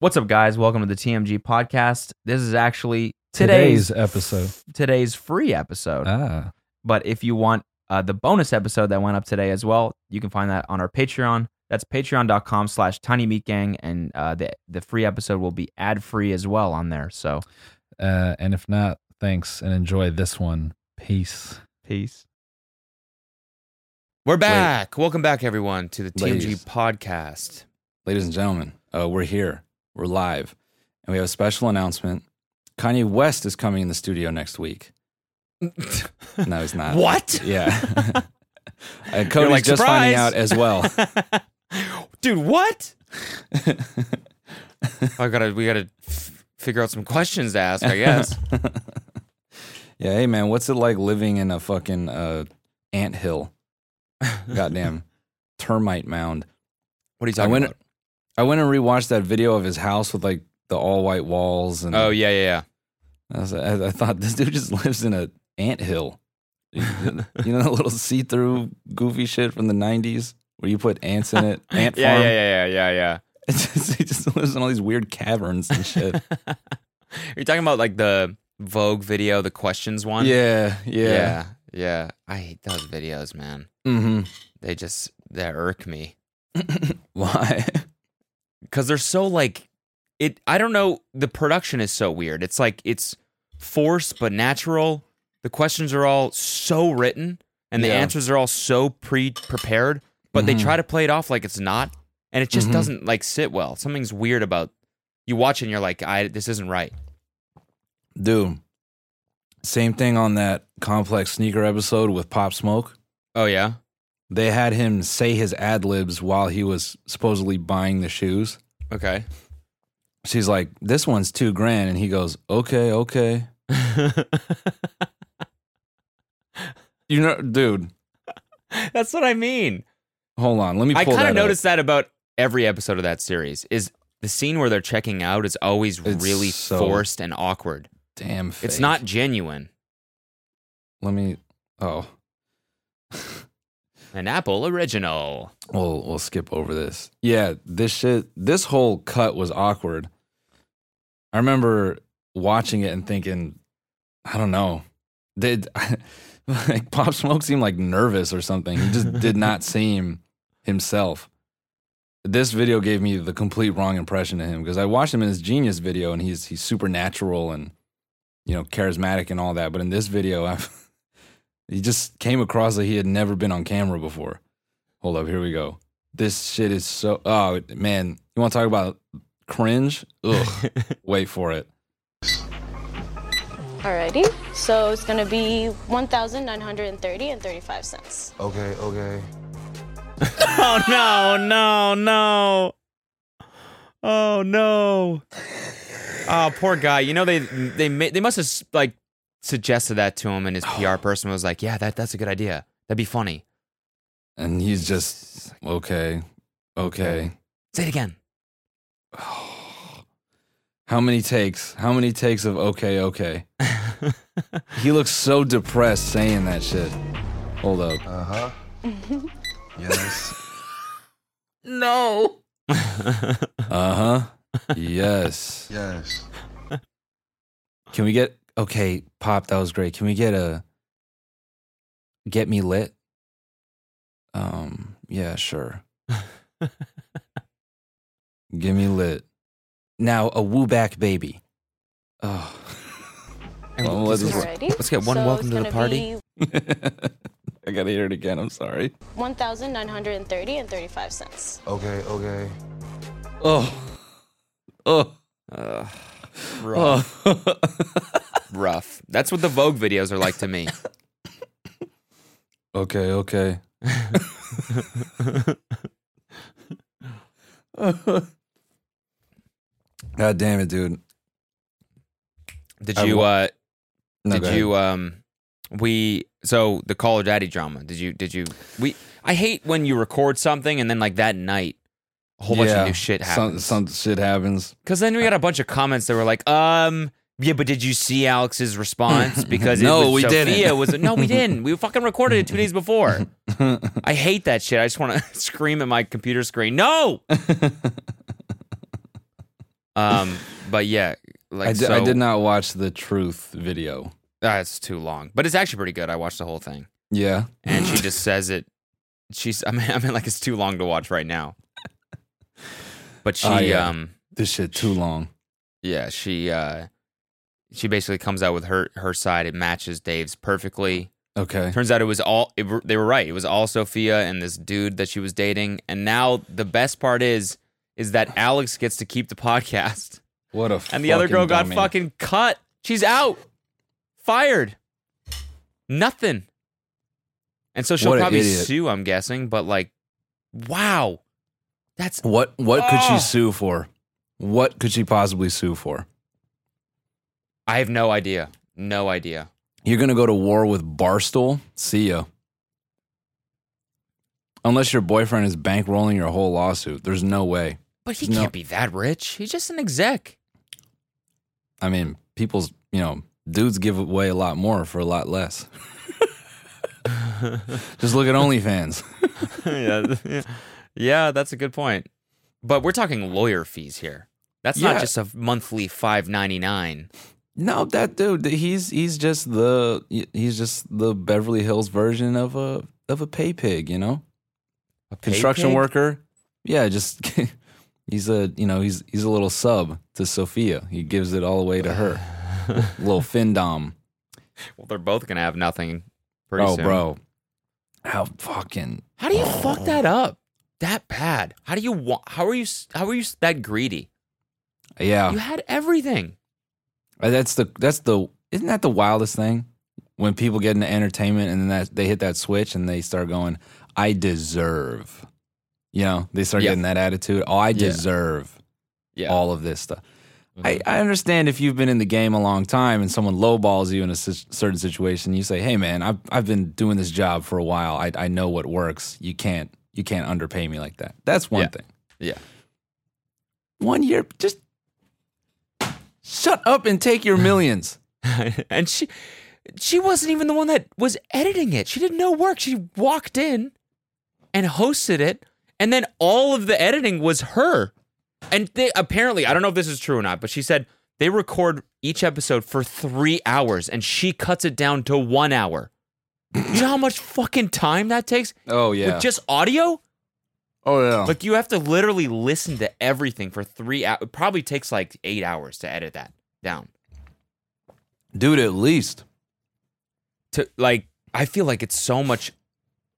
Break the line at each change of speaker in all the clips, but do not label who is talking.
What's up, guys? Welcome to the TMG podcast. This is actually today's
Today's episode.
today's free episode.
Uh.
Ah,
but if you want uh, the bonus episode that went up today as well, you can find that on our Patreon. That's patreon.com slash tiny meat gang. And uh, the, the free episode will be ad free as well on there. So
uh, and if not, thanks and enjoy this one. Peace.
peace.
We're back. Welcome back, everyone, to the TMG
Ladies.
podcast.
Ladies and gentlemen, uh, we're here. We're live. And we have a special announcement. Kanye West is coming in the studio next week. No, he's not.
What?
Yeah. and Cody's
like,
just
"Surprise!"
finding out as well.
Dude, what? I gotta, we gotta f- figure out some questions to ask, I guess.
Yeah, hey, man, what's it like living in a fucking uh, anthill? Goddamn termite mound.
What are you
I
talking
went,
about?
I went and rewatched that video of his house with like the all white walls. And
Oh, yeah, yeah,
I, was, I, I thought this dude just lives in an anthill.
yeah.
You know that little see-through goofy shit from the '90s where you put ants in it, ant
Yeah,
farm.
yeah, yeah, yeah, yeah, yeah.
It's just, he just lives in all these weird caverns and shit.
Are you talking about like the Vogue video, the questions one?
yeah, yeah.
Yeah, yeah. I hate those videos, man.
Mm-hmm.
They just, they irk me.
Why?
because they're so like it i don't know the production is so weird it's like it's forced but natural the questions are all so written and the
Yeah.
answers are all so pre-prepared but they
Mhm.
try to play it off like it's not and it just
Mhm.
doesn't like sit well something's weird about you watch it and you're like i this isn't right
Dude, same thing on that complex sneaker episode with Pop Smoke.
oh yeah
They had him say his ad libs while he was supposedly buying the shoes.
okay
She's like, "This one's two grand," and he goes, "Okay, okay." You know, dude.
that's what i mean
Hold on, let me. Pull
I kind
that
of
up.
noticed that about every episode of that series. Is the scene where they're checking out is always
It's
really
so
forced and awkward.
Damn,
It's
fake.
not genuine.
Let me. Oh,
An Apple original.
we'll we'll skip over this. Yeah, this shit. This whole cut was awkward. I remember watching it and thinking, I don't know. Did like Pop Smoke seemed like nervous or something? He just did not seem himself. This video gave me the complete wrong impression of him because I watched him in his Genius video and he's he's supernatural and you know charismatic and all that. But in this video, I've, he just came across like he had never been on camera before. Hold up, here we go. This shit is so oh man, you want to talk about cringe? Ugh, wait for it.
Alrighty, so it's gonna be 1,930 and 35 cents.
Okay, okay.
Oh no, no, no. Oh no. Oh, poor guy. You know they they ma- they must have like suggested that to him, and his PR person was like, "Yeah, that that's a good idea. That'd be funny.
And he's just okay, okay.
Say it again."
How many takes? How many takes of okay, okay? he looks so depressed saying that shit. Hold up.
Uh huh. yes.
Uh huh. yes.
Yes.
Can we get okay, pop? That was great. Can we get a get me lit? Um, yeah, sure. Give me lit. Now a woo back baby. Oh, Well, let's just-
Alrighty.
Let's get one
so
welcome to
it's
the
gonna
party.
be
I gotta hear it again. I'm sorry.
1,930 and 35 cents.
Okay, okay.
Oh, oh,
Ugh.
oh.
rough. That's what the Vogue videos are like to me.
okay, okay. God damn it, dude.
Did
I
you
wa-
uh
No, go
did
ahead.
you um we so the Call of Daddy drama, did you did you we I hate when you record something and then like that night a whole bunch
Yeah,
of new shit
Some,
happens.
some shit happens.
Cuz then we got a bunch of comments that were like, "Um, yeah, but did you see Alex's response? Because it
No,
was
we
Sophia
didn't.
Was no, we didn't. We fucking recorded it two days before. I hate that shit. I just want to scream at my computer screen. No, Um, but yeah, like
I, di-
so,
I did not watch the truth video.
That's too long, but it's actually pretty good. I watched the whole thing,
Yeah.
and she just says it. She's I mean I mean like it's too long to watch right now. But she
Oh, yeah.
um
This shit too long.
yeah she uh she basically comes out with her her side. It matches Dave's perfectly.
Okay.
Turns out it was all it, were- they were right. It was all Sophia and this dude that she was dating. And now the best part is is that Alex gets to keep the podcast,
What a
and the other girl got
dummy.
fucking cut. She's out, fired, nothing. And so she'll
What an
probably
idiot.
sue. I'm guessing, but like, wow, that's
What what could
Oh.
she sue for? What could she possibly sue for?
I have no idea, no idea.
You're gonna go to war with Barstool? See ya. Unless your boyfriend is bankrolling your whole lawsuit. There's no way.
But he
No.
can't be that rich. He's just an exec.
I mean, people's you know, dudes give away a lot more for a lot less. Just look at OnlyFans.
yeah, yeah. yeah, that's a good point. But we're talking lawyer fees here. That's
Yeah.
not just a monthly five ninety nine.
No, that dude, he's he's just the he's just the Beverly Hills version of a of a pay pig, you know? construction worker. Yeah, just he's a you know he's he's a little sub to Sophia. He gives it all away to her. little fin dom.
Well, they're both gonna have nothing. Pretty
Oh,
soon.
bro, how fucking
How do you fuck that up? That bad? How do you want? How are you? s- How are you s- that greedy? You
yeah.
had everything.
Uh, That's the that's the isn't that the wildest thing when people get into entertainment and then that they hit that switch and they start going, I deserve. You know, they start
Yeah.
getting that attitude. Oh, I
Yeah.
deserve.
Yeah. Mm-hmm.
all of this stuff. I, I understand if you've been in the game a long time and someone lowballs you in a si- certain situation, you say, "Hey, man, I've I've been doing this job for a while. I I know what works. You can't you can't underpay me like that." That's one
Yeah.
thing.
Yeah.
One year, just shut up and take your millions.
and she, she wasn't even the one that was editing it. She did no work. She walked in, and hosted it, and then all of the editing was her. And they apparently, I don't know if this is true or not, but she said they record each episode for three hours, and she cuts it down to one hour. you know how much fucking time that takes
Oh
with just audio?
oh yeah.
Like you have to literally listen to everything for three hours. It probably takes like eight hours to edit that down.
dude, at least
To like, I feel like it's so much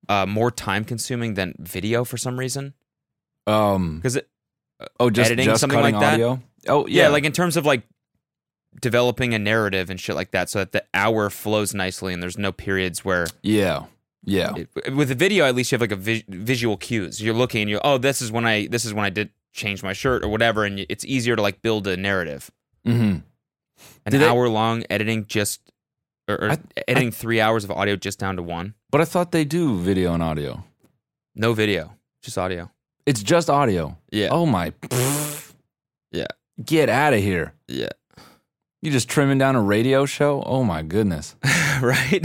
uh, more time consuming than video for some reason.
um
Because it,
oh just
editing,
just
something
cutting
like that?
audio. Oh
yeah.
yeah,
like in terms of like developing a narrative and shit like that, so that the hour flows nicely and there's no periods where
yeah yeah.
it- with a video at least you have like a vis- visual cues. You're looking and you're oh this is when I this is when I did change my shirt or whatever, and it's easier to like build a narrative.
Mm-hmm.
an
Did they-
hour long editing just or, or
I-
editing three hours of audio just down to one
But I thought they do video and audio.
no video just audio
It's just audio.
yeah
Oh my.
Yeah.
Get out of here.
yeah
You just trimming down a radio show? Oh my goodness.
right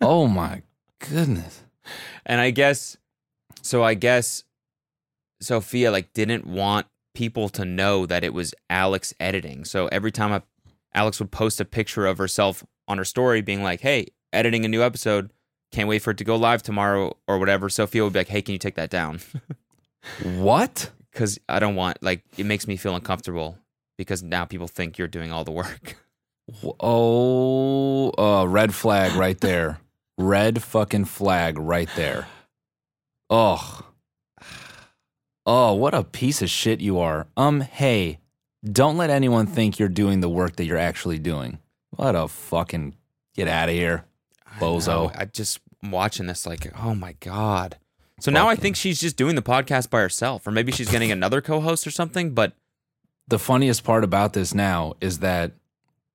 Oh my goodness.
and i guess so i guess sophia like didn't want people to know that it was alex editing so every time I, alex would post a picture of herself on her story being like hey editing a new episode can't wait for it to go live tomorrow or whatever sophia would be like hey can you take that down
What?
because I don't want like it makes me feel uncomfortable because now people think you're doing all the work.
Wh- Oh, uh, red flag right there. Red fucking flag right there. Oh. Oh, what a piece of shit you are. Um, hey, don't let anyone think you're doing the work that you're actually doing. What a fucking get out of here. Bozo.
I, know, I just I'm watching this like, oh my god. So now I think she's just doing the podcast by herself, or maybe she's getting another co-host or something. But
the funniest part about this now is that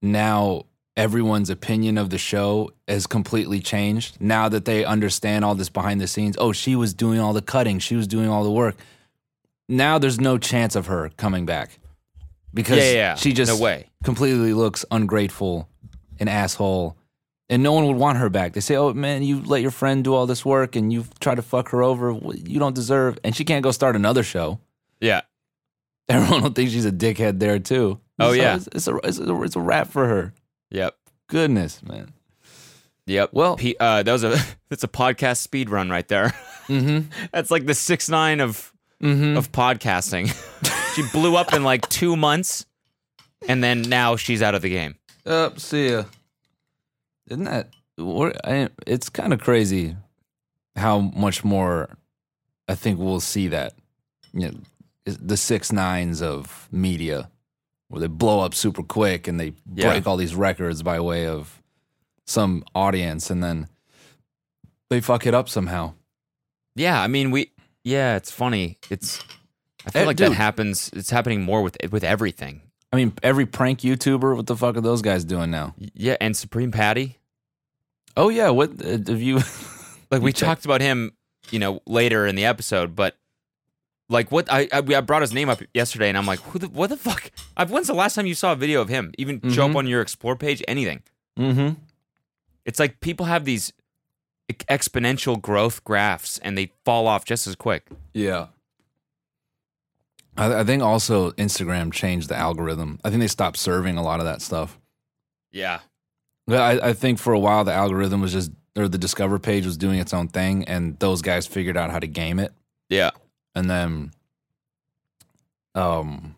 now everyone's opinion of the show has completely changed. Now that they understand all this behind the scenes, oh, she was doing all the cutting, she was doing all the work. Now there's no chance of her coming back because
yeah, yeah, yeah.
she just
no way.
completely looks ungrateful, an asshole, and no one would want her back. They say, "Oh man, you let your friend do all this work and you try to fuck her over. You don't deserve." And she can't go start another show.
Yeah,
Everyone will think she's a dickhead there too.
Oh,
It's-
yeah.
it's, it's a it's a it's a wrap for her.
Yep.
Goodness, man.
Yep.
Well-
P- uh, that was a that's a podcast speed run right there.
Mm-hmm.
That's like the six nine of
Mm-hmm.
of podcasting. she blew up in like two months, and then now she's out of the game.
Up, see ya. Isn't that? What, I, it's kind of crazy how much more I think we'll see that. You know, is- the six nines of media, where they blow up super quick and they
Yeah.
break all these records by way of some audience, and then they fuck it up somehow.
Yeah, I mean we. Yeah, it's funny. It's I feel
Hey,
like that
dude.
happens. It's happening more with with everything.
I mean, every prank YouTuber, what the fuck are those guys doing now?
Yeah, and Supreme Patty.
Oh yeah, what uh, have you?
Like we
You check-
talked about him, you know, later in the episode, but like what I I, we- I brought his name up yesterday, and I'm like, who the what the fuck? I've, when's the last time you saw a video of him? Even show up
Mhm.
on your explore page? Anything?
mm-hmm.
It's like people have these ex- exponential growth graphs, and they fall off just as quick.
Yeah. I, I think also Instagram changed the algorithm. I think they stopped serving a lot of that stuff.
Yeah.
But I, I think for a while the algorithm was just, or the Discover page was doing its own thing, and those guys figured out how to game it.
Yeah.
And then, um,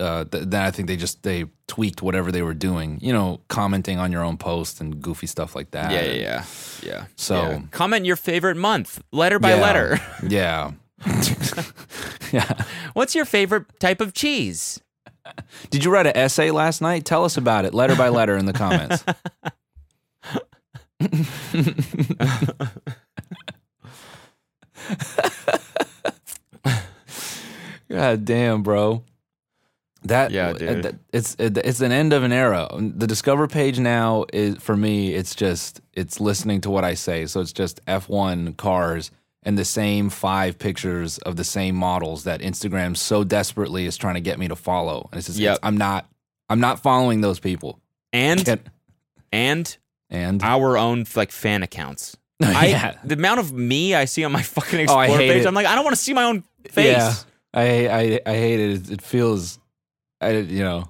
uh, th- then I think they just they tweaked whatever they were doing. You know, commenting on your own post and goofy stuff like that.
Yeah. Yeah. Yeah. yeah.
So
Yeah. comment your favorite month, letter by
Yeah.
letter.
yeah, yeah.
What's your favorite type of cheese?
Did you write an essay last night? Tell us about it, letter by letter, in the comments. God damn, bro. That uh,
Yeah, dude.
that- It's it's an end of an era. The discover page now is for me. It's just it's listening to what I say. So it's just F one cars and the same five pictures of the same models that Instagram so desperately is trying to get me to follow. And it's just
Yep.
I'm not I'm not following those people.
And
Can't-
and
and
our own like fan accounts.
Yeah.
I the amount of me I see on my fucking
Oh,
explore
I hate
page,
it.
I'm like, I don't want to see my own face.
Yeah, I I I hate it. It- It feels, I you know,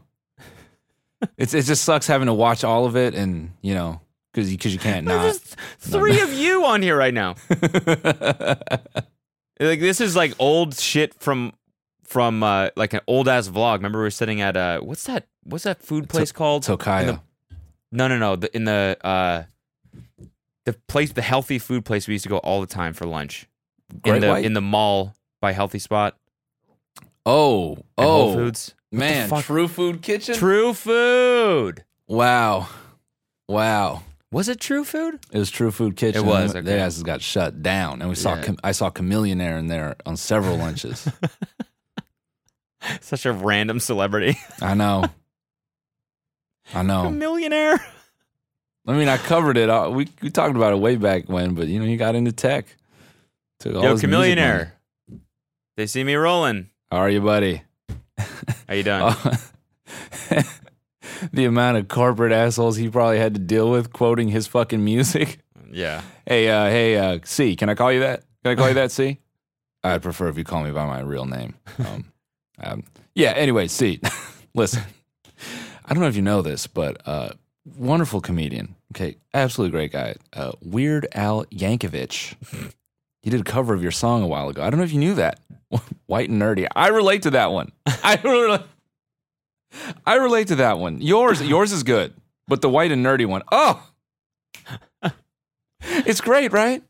it's it just sucks having to watch all of it and you know because because you can't not.
There's just three of you on here right now. Like this is like old shit from from uh like an old ass vlog. Remember we were sitting at uh what's that what's that food place called? In
Tokaya.
the- no, no, no. The, in the uh the place the healthy food place we used to go all the time for lunch. in
Great
the
White?
in the mall by Healthy Spot.
Oh
at Whole
oh
Foods.
man,
fuck?
True Food Kitchen.
True food.
Wow, wow.
Was it true food?
It was True Food Kitchen.
It was,
Their-
okay.
Their asses got shut down, and we saw
Yeah.
Cham- I saw Chameleonaire in there on several lunches.
Such a random celebrity.
I know. I
A
know.
millionaire.
I mean, I covered it. Uh, We we talked about it way back when, but you know, he got into tech. Took all
Yo,
his music money.
chameleonaire. They see me rolling.
How are you, buddy?
How you doing?
Oh. Uh, the amount of corporate assholes he probably had to deal with quoting his fucking music.
yeah.
Hey, uh, hey, uh, C, can I call you that? Can I call you that, C? I'd prefer if you call me by my real name. Um, um, yeah, anyway, C, listen, I don't know if you know this, but uh, wonderful comedian. Okay, absolutely great guy. Uh, Weird Al Yankovic. He did a cover of your song a while ago. I don't know if you knew that. White and nerdy. I relate to that one. I relate. I relate to that one. Yours, yours is good, but the white and nerdy one. Oh, it's great, right?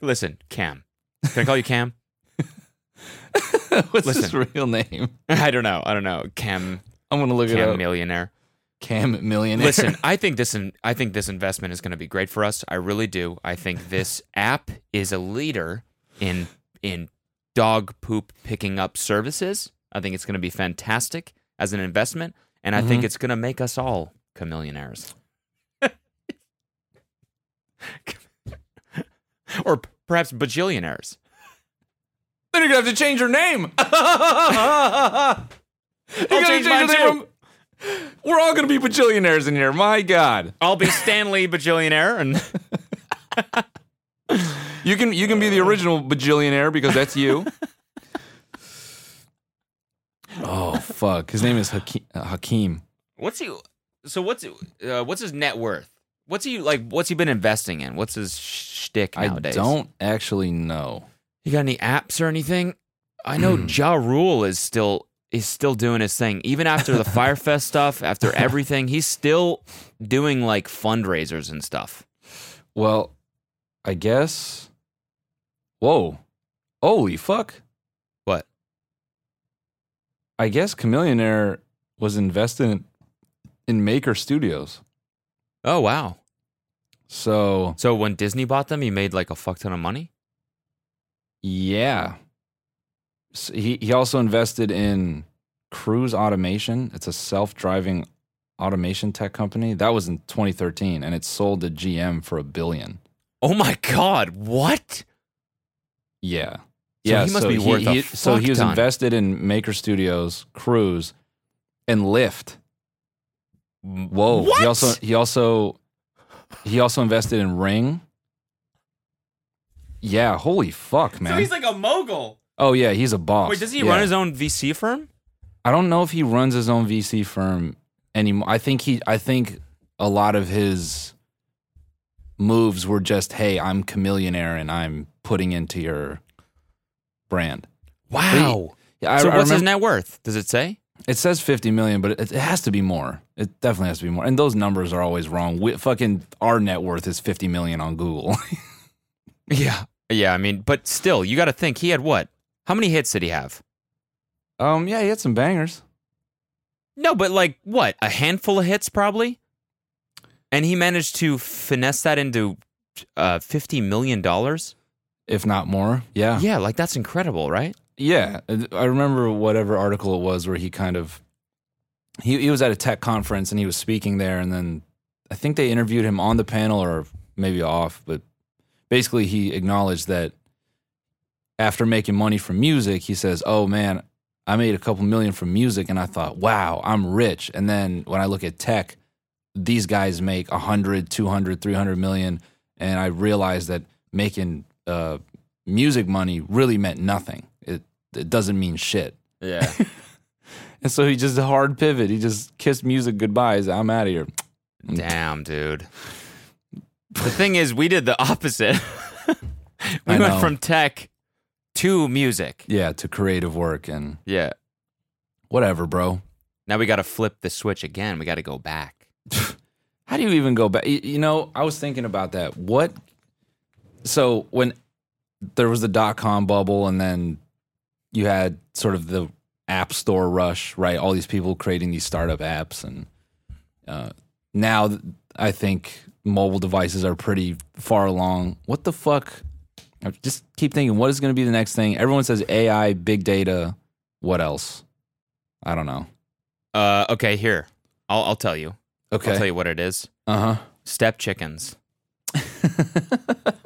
Listen, Cam. Can I call you Cam?
What's his
Listen.
real name?
I don't know. I don't know. Cam.
I'm gonna look
Cam
it up.
millionaire.
Cam Millionaire.
Listen, I think this in, I think this investment is going to be great for us. I really do. I think this app is a leader in in dog poop picking up services. I think it's going to be fantastic as an investment, and I think it's going to make us all chameleonaires. or p- perhaps bajillionaires.
then you're gonna have to change your name. you're gonna
change mine too.
from- We're all gonna be bajillionaires in here. My God,
I'll be Stanley bajillionaire and Uh.
you can you can be the original bajillionaire because that's you. Oh fuck. His name is Hakeem. Hakeem.
What's he? So what's uh, what's his net worth? What's he like? What's he been investing in? What's his sh- shtick nowadays?
I don't actually know.
You got any apps or anything? I know Ja Rule is still is still doing his thing. Even after the Firefest stuff, after everything, he's still doing like fundraisers and stuff.
Well, I guess. Whoa. Holy fuck.
What?
I guess Chameleonaire was invested in, in Maker Studios.
Oh wow!
So,
So when Disney bought them, he made like a fuck ton of money.
yeah. S he, he also invested in Cruise Automation. It's a self driving automation tech company. That was in 2013, and it sold to GM for a billion.
Oh my god! What?
Yeah.
he must be worth a
So he
fuck
was
ton.
invested in Maker Studios, Cruise, and Lyft. Whoa. He
What?
also he also he also invested in Ring. Yeah, holy fuck, man.
like a mogul.
oh yeah, he's a boss.
Wait, does he
Yeah.
run his own VC firm?
I don't know if he runs his own VC firm anymore. I think he I think a lot of his moves were just, hey, I'm chameleonaire and I'm putting into your brand.
Wow.
Yeah, I,
so
I
what's his
remem-
net worth? Does it say?
It says 50 million, but it, it has to be more. It definitely has to be more. And those numbers are always wrong. We, fucking our net worth is 50 million on Google.
Yeah. Yeah, I mean, but still, you got to think he had what? How many hits did he have?
um, yeah, he had some bangers.
No, but like what? A handful of hits probably? And he managed to finesse that into uh, $50 million?
If not more, yeah.
Yeah, like that's incredible, right?
Yeah, I remember whatever article it was where he kind of he he was at a tech conference and he was speaking there, and then I think they interviewed him on the panel or maybe off, but basically he acknowledged that after making money from music, he says, "Oh man, I made a couple million from music, and I thought, wow, I'm rich." And then when I look at tech, these guys make 100, 200, 300 million, and I realized that making uh, music money really meant nothing. It it doesn't mean shit.
Yeah.
And so he just hard pivot. He just kissed music goodbye. He's I'm out of here.
Damn, dude. The thing is, we did the opposite. we
I
went
know.
from tech to music.
Yeah, to creative work and
Yeah.
whatever, bro.
Now we got to flip the switch again. We got to go back.
How do you even go back? You you know, I was thinking about that. What? So when there was the dot com bubble, and then you had sort of the app store rush, right? All these people creating these startup apps, and uh, now th- I think mobile devices are pretty far along. What the fuck? I just keep thinking, what is going to be the next thing? Everyone says AI, big data. What else? I don't know.
Uh, okay, here. I'll, I'll tell you. I'll tell
Okay.
you what it is.
Uh huh.
Step chickens.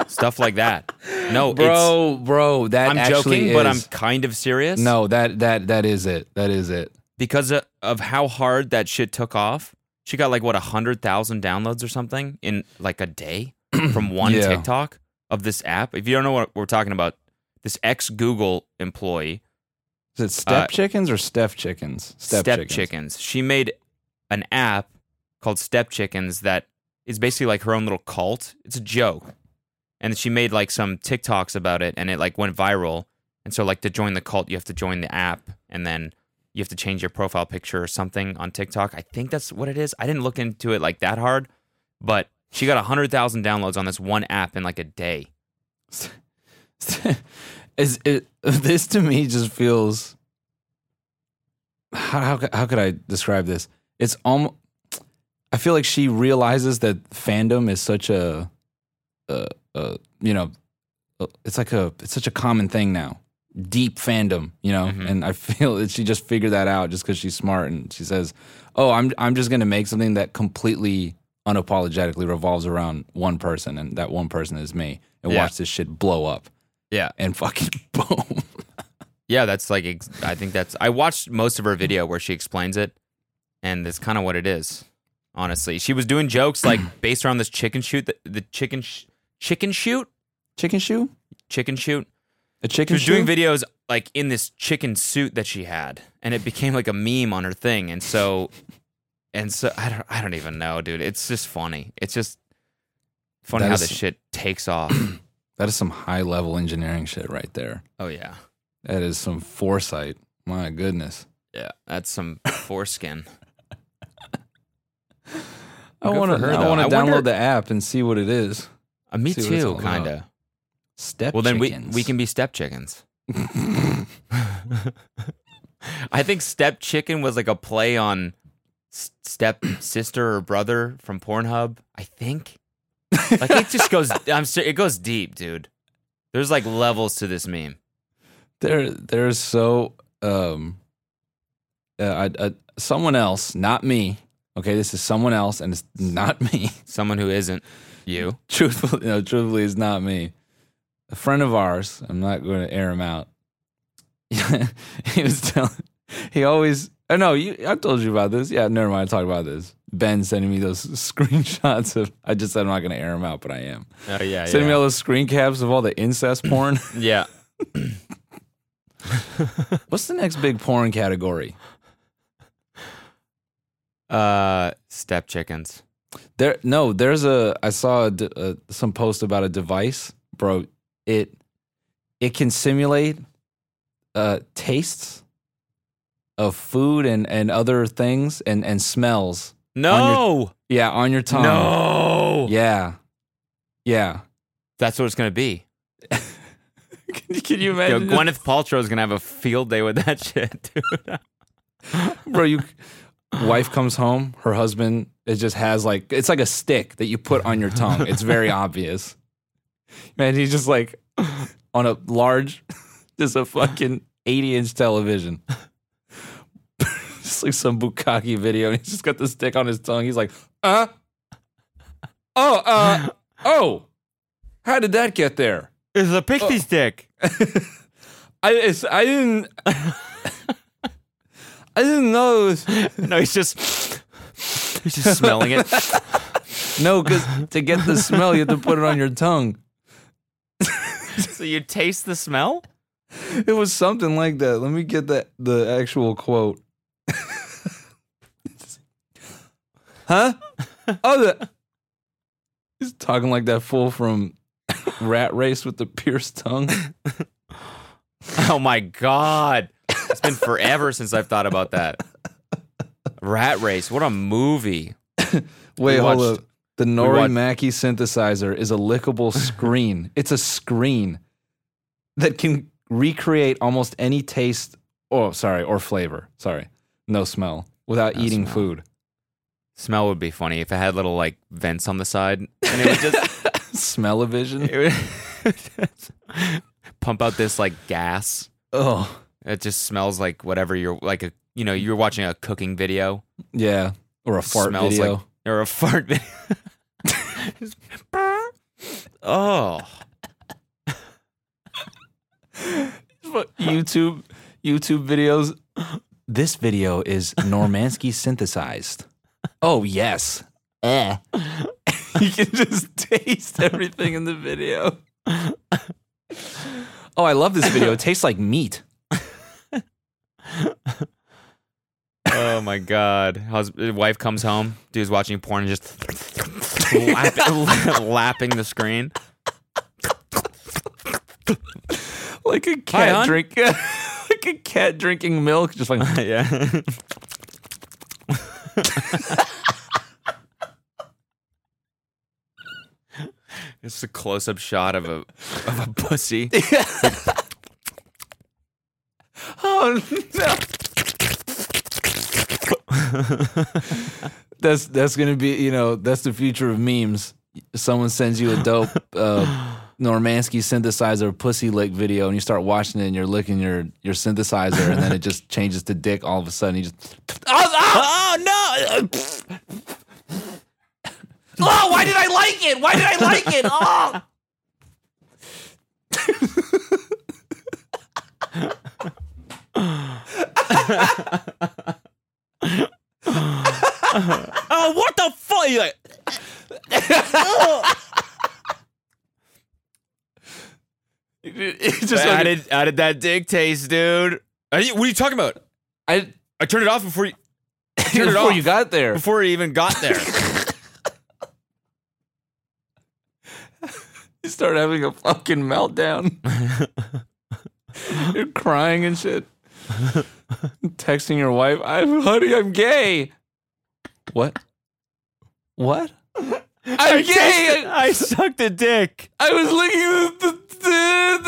Stuff like that. No, it's,
bro, bro, that
I'm
actually
joking, but I'm
is-
kind of serious.
no, that that that is it. That is it.
Because of, of how hard that shit took off, she got like, what, 100,000 downloads or something in like a day from one
Yeah.
TikTok of this app. If you don't know what we're talking about, this ex Google employee,
Is it step
Uh,
chickens or step chickens?
Step, chickens. She made an app called Step Chickens that is basically like her own little cult. It's a joke. And she made like some TikToks about it and it like went viral. And so like to join the cult, you have to join the app and then you have to change your profile picture or something on TikTok. I think that's what it is. I didn't look into it like that hard, but she got 100,000 downloads on this one app in like a day.
is it this to me just feels how how c- how could I describe this? It's almost I feel like she realizes that fandom is such a uh, uh you know uh, it's like a it's such a common thing now. Deep fandom, you know,
Mhm.
and I feel that she just figured that out just because she's smart and she says, "Oh, I'm I'm just gonna make something that completely unapologetically revolves around one person, and that one person is me, and
Yeah.
watch this shit blow up."
Yeah.
and fucking boom.
Yeah, that's like ex- I think that's I watched most of her video where she explains it, and that's kind of what it is. Honestly, she was doing jokes like based around this chicken shoot, the, the chicken sh- chicken shoot,
Chicken shoe?
chicken shoot.
A
She
chicken
was doing
shoe?
videos like in this chicken suit that she had, and it became like a meme on her thing. And so, and so I don't, I don't even know, dude. It's just funny. It's just funny
That
how
is-
this shit takes off.
That is some high level engineering shit right there.
oh yeah,
That is some foresight. My goodness.
yeah. That's some foreskin.
I
Good
want
for her,
to. I
though.
want
I
to download
wonder-
the app and see what it is.
Uh, me
See what it's
too,
all about.
kinda.
Step.
Well, then
chickens.
we we can be step chickens. I think step chicken was like a play on s- step sister or brother from Pornhub. I think. Like it just goes. I'm ser- it goes deep, dude. There's like levels to this meme.
There, there's so. Um, uh, I, I, someone else, not me. Okay, this is someone else, and it's not me.
Someone who isn't you.
truthfully, no, truthfully, it's not me. A friend of ours, I'm not going to air him out. he was telling, he always, oh no, you, I told you about this. Yeah, never mind. I talked about this. Ben sending me those screenshots of, I just said I'm not going to air him out, but I am.
Oh yeah.
Sending me all those screen caps of all the incest porn.
yeah.
What's the next big porn category?
Uh, step chickens.
There, no, there's a. I saw a d uh some post about a device, bro. It it can simulate uh, tastes of food and and other things and and smells.
No.
Yeah, on your tongue.
No.
Yeah. Yeah.
That's what it's gonna be.
can, can you
Yo,
imagine,
Gwyneth Paltrow is gonna have a field day with that shit, dude.
bro? You wife comes home, her husband it just has like it's like a stick that you put on your tongue. It's very obvious. Man, he's just like on a large, just a fucking eighty-inch television. It's like some bukkake video, and he's just got the stick on his tongue. He's like, uh, oh, uh, oh, how did that get there?
It's a pixie stick.
I, it's, I didn't, I didn't know. It was,
No, he's just he's just smelling it.
No, because to get the smell, you have to put it on your tongue.
so you taste the smell?
It was something like that. Let me get that the actual quote. huh? Oh, the he's talking like that fool from Rat Race with the pierced tongue.
Oh my god. It's been forever since I've thought about that. Rat Race, what a movie.
Wait, hold
watched-
up. The Nori
watched-
Mackie synthesizer is a lickable screen. it's a screen that can recreate almost any taste. Oh, sorry, or flavor. Sorry, no smell without
No
eating
smell.
food.
Smell would be funny if it had little like vents on the side and it would just
smell of vision.
it would pump out this like gas.
Oh,
It just smells like whatever you're like a you know, you're watching a cooking video.
yeah, or a fart
smells
video.
like or a fart video. Just, oh.
But YouTube, YouTube videos. This video is Normansky synthesized. Oh yes, eh. you can just taste everything in the video. Oh, I love this video. It tastes like meat.
Oh my god! Hus- wife comes home. Dude's watching porn and just lap- lapping the screen.
Like a
Hi, hon.
cat drink, like a cat drinking milk. Just like
yeah. it's a close-up shot of a of a pussy.
Oh no. that's that's gonna be you know that's the future of memes. Someone sends you a dope uh, Normansky synthesizer pussy lick video, and you start watching it, and you're licking your your synthesizer, and then it just changes to dick all of a sudden. You just oh, oh, no. Oh, why did I like it? Why did I like it? Oh.
Oh, what the fuck! You're like,
You It just
how
like-
did how did that dick taste, dude? Are you- what are you talking about?
I
I turned it off before you
turned
it
before
off.
you got there.
before it even got there.
you start having a fucking meltdown. You're crying and shit. Texting your wife, I'm honey, I'm gay. What? What? I'm gay. I,
I sucked a dick.
I was looking at the, the,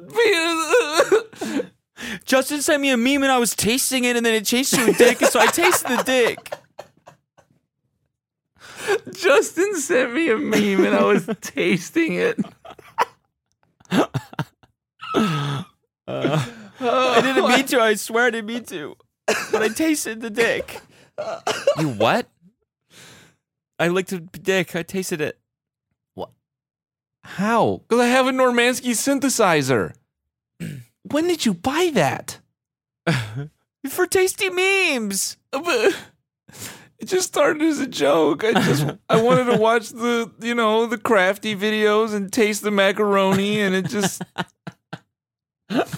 the, it was a penis.
Justin sent me a meme and I was tasting it and then it changed to a dick, and so I tasted the dick.
Justin sent me a meme and I was tasting it.
I didn't mean to, I swear I didn't mean to. But I tasted the dick. You what? I licked a dick. I tasted it.
How? Because I have a Normansky synthesizer. When did you buy that?
For tasty memes.
But it just started as a joke. I just I wanted to watch the you know the crafty videos and taste the macaroni, and it just it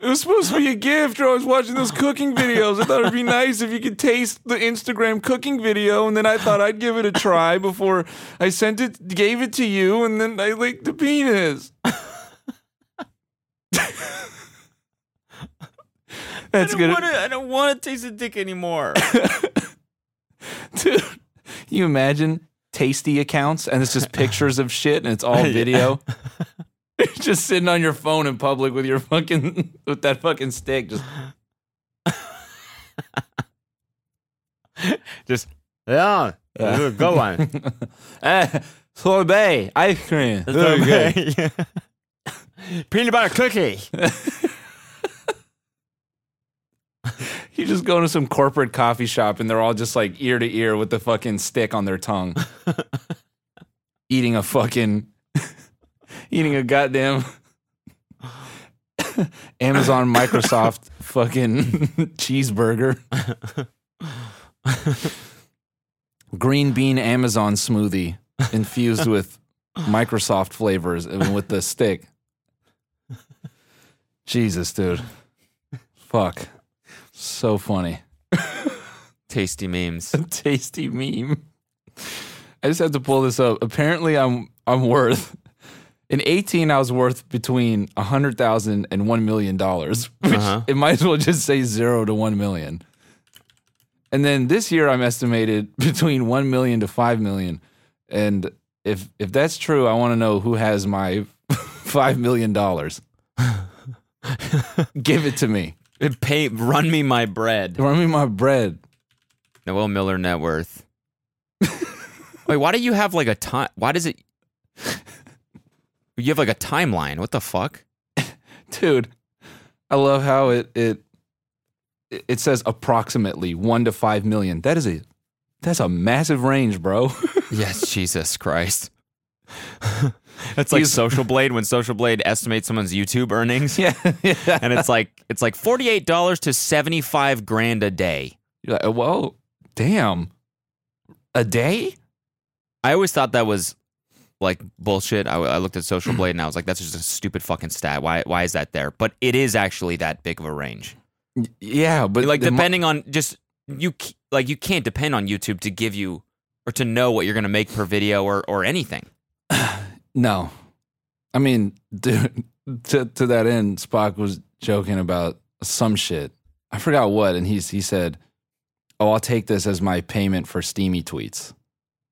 was supposed to be a gift. Or I was watching those cooking videos. I thought it'd be nice if you could taste the Instagram cooking video, and then I thought I'd give it a try before I sent it, gave it to you, and then I licked the penis. That's
I
good.
don't wanna- I don't want to taste a dick anymore.
Dude, you imagine tasty accounts and it's just pictures of shit and it's all video. You're just sitting on your phone in public with your fucking with that fucking stick. Just
Just yeah,
this is a
good one.
eh, sorbet ice cream. Very good.
Peanut butter cookie.
You just go into some corporate coffee shop and they're all just like ear to ear with the fucking stick on their tongue, eating a fucking eating a goddamn. Amazon Microsoft fucking cheeseburger. Green bean Amazon smoothie infused with Microsoft flavors and with the stick. Jesus, dude. Fuck. So funny.
Tasty memes.
A tasty meme. I just had to pull this up. Apparently I'm I'm worth in 18 I was worth between 100,000 and 1 million dollars, which
Uh-huh.
it might as well just say 0 to 1 million. And then this year I'm estimated between 1 million to 5 million. And if if that's true, I want to know who has my 5 million dollars. Give it to me.
Pay, run me my bread.
Run me my bread.
Noel Miller net worth. Wait, why do you have like a time? Why does it? You have like a timeline. What the fuck?
dude i love how it it it says approximately one to five million that is a that's a massive range bro
Yes, Jesus Christ. That's like
He's-
Social Blade when Social Blade estimates someone's YouTube earnings,
yeah, yeah.
and it's like it's like forty eight dollars to seventy five grand a day.
you're like well damn a day
I always thought that was like bullshit. I, I looked at Social Blade and I was like, that's just a stupid fucking stat. Why why is that there? But it is actually that big of a range.
yeah but
like
the mo-
depending on just you c- like you can't depend on YouTube to give you or to know what you're gonna make per video or or anything.
no i mean dude to, to that end spock was joking about some shit i forgot what and he's he said oh i'll take this as my payment for steamy tweets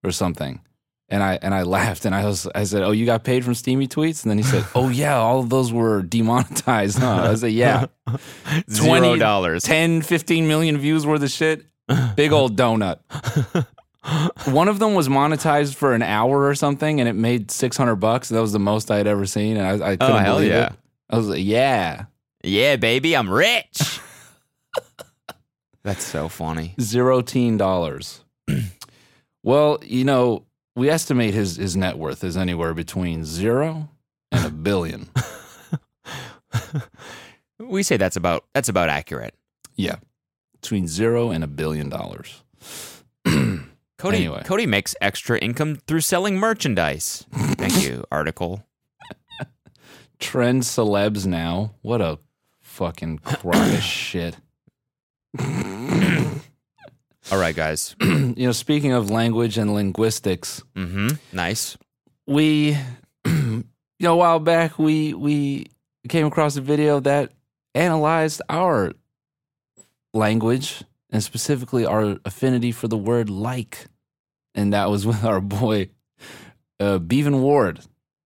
or something and i and i laughed and i was i said oh you got paid from steamy tweets and then he said oh yeah all of those were demonetized huh? i said yeah
Zero dollars.
10 15 million views worth of shit big old donut one of them was monetized for an hour or something and it made 600 bucks that was the most i had ever seen and i, I couldn't
Oh, hell
believe
yeah.
it i was like yeah
Yeah, baby, I'm rich. That's so funny.
Zero teen dollars. well, you know, we estimate his his net worth is anywhere between zero and a billion.
We say that's about that's about accurate.
yeah, between zero and a billion dollars.
Cody
Anyway.
Cody makes extra income through selling merchandise. Thank you, article.
trend celebs now. What a fucking crock of shit.
All right, guys.
you know, speaking of language and linguistics,
hmm Nice.
we you know a while back we we came across a video that analyzed our language and specifically our affinity for the word like and that was with our boy uh bevan ward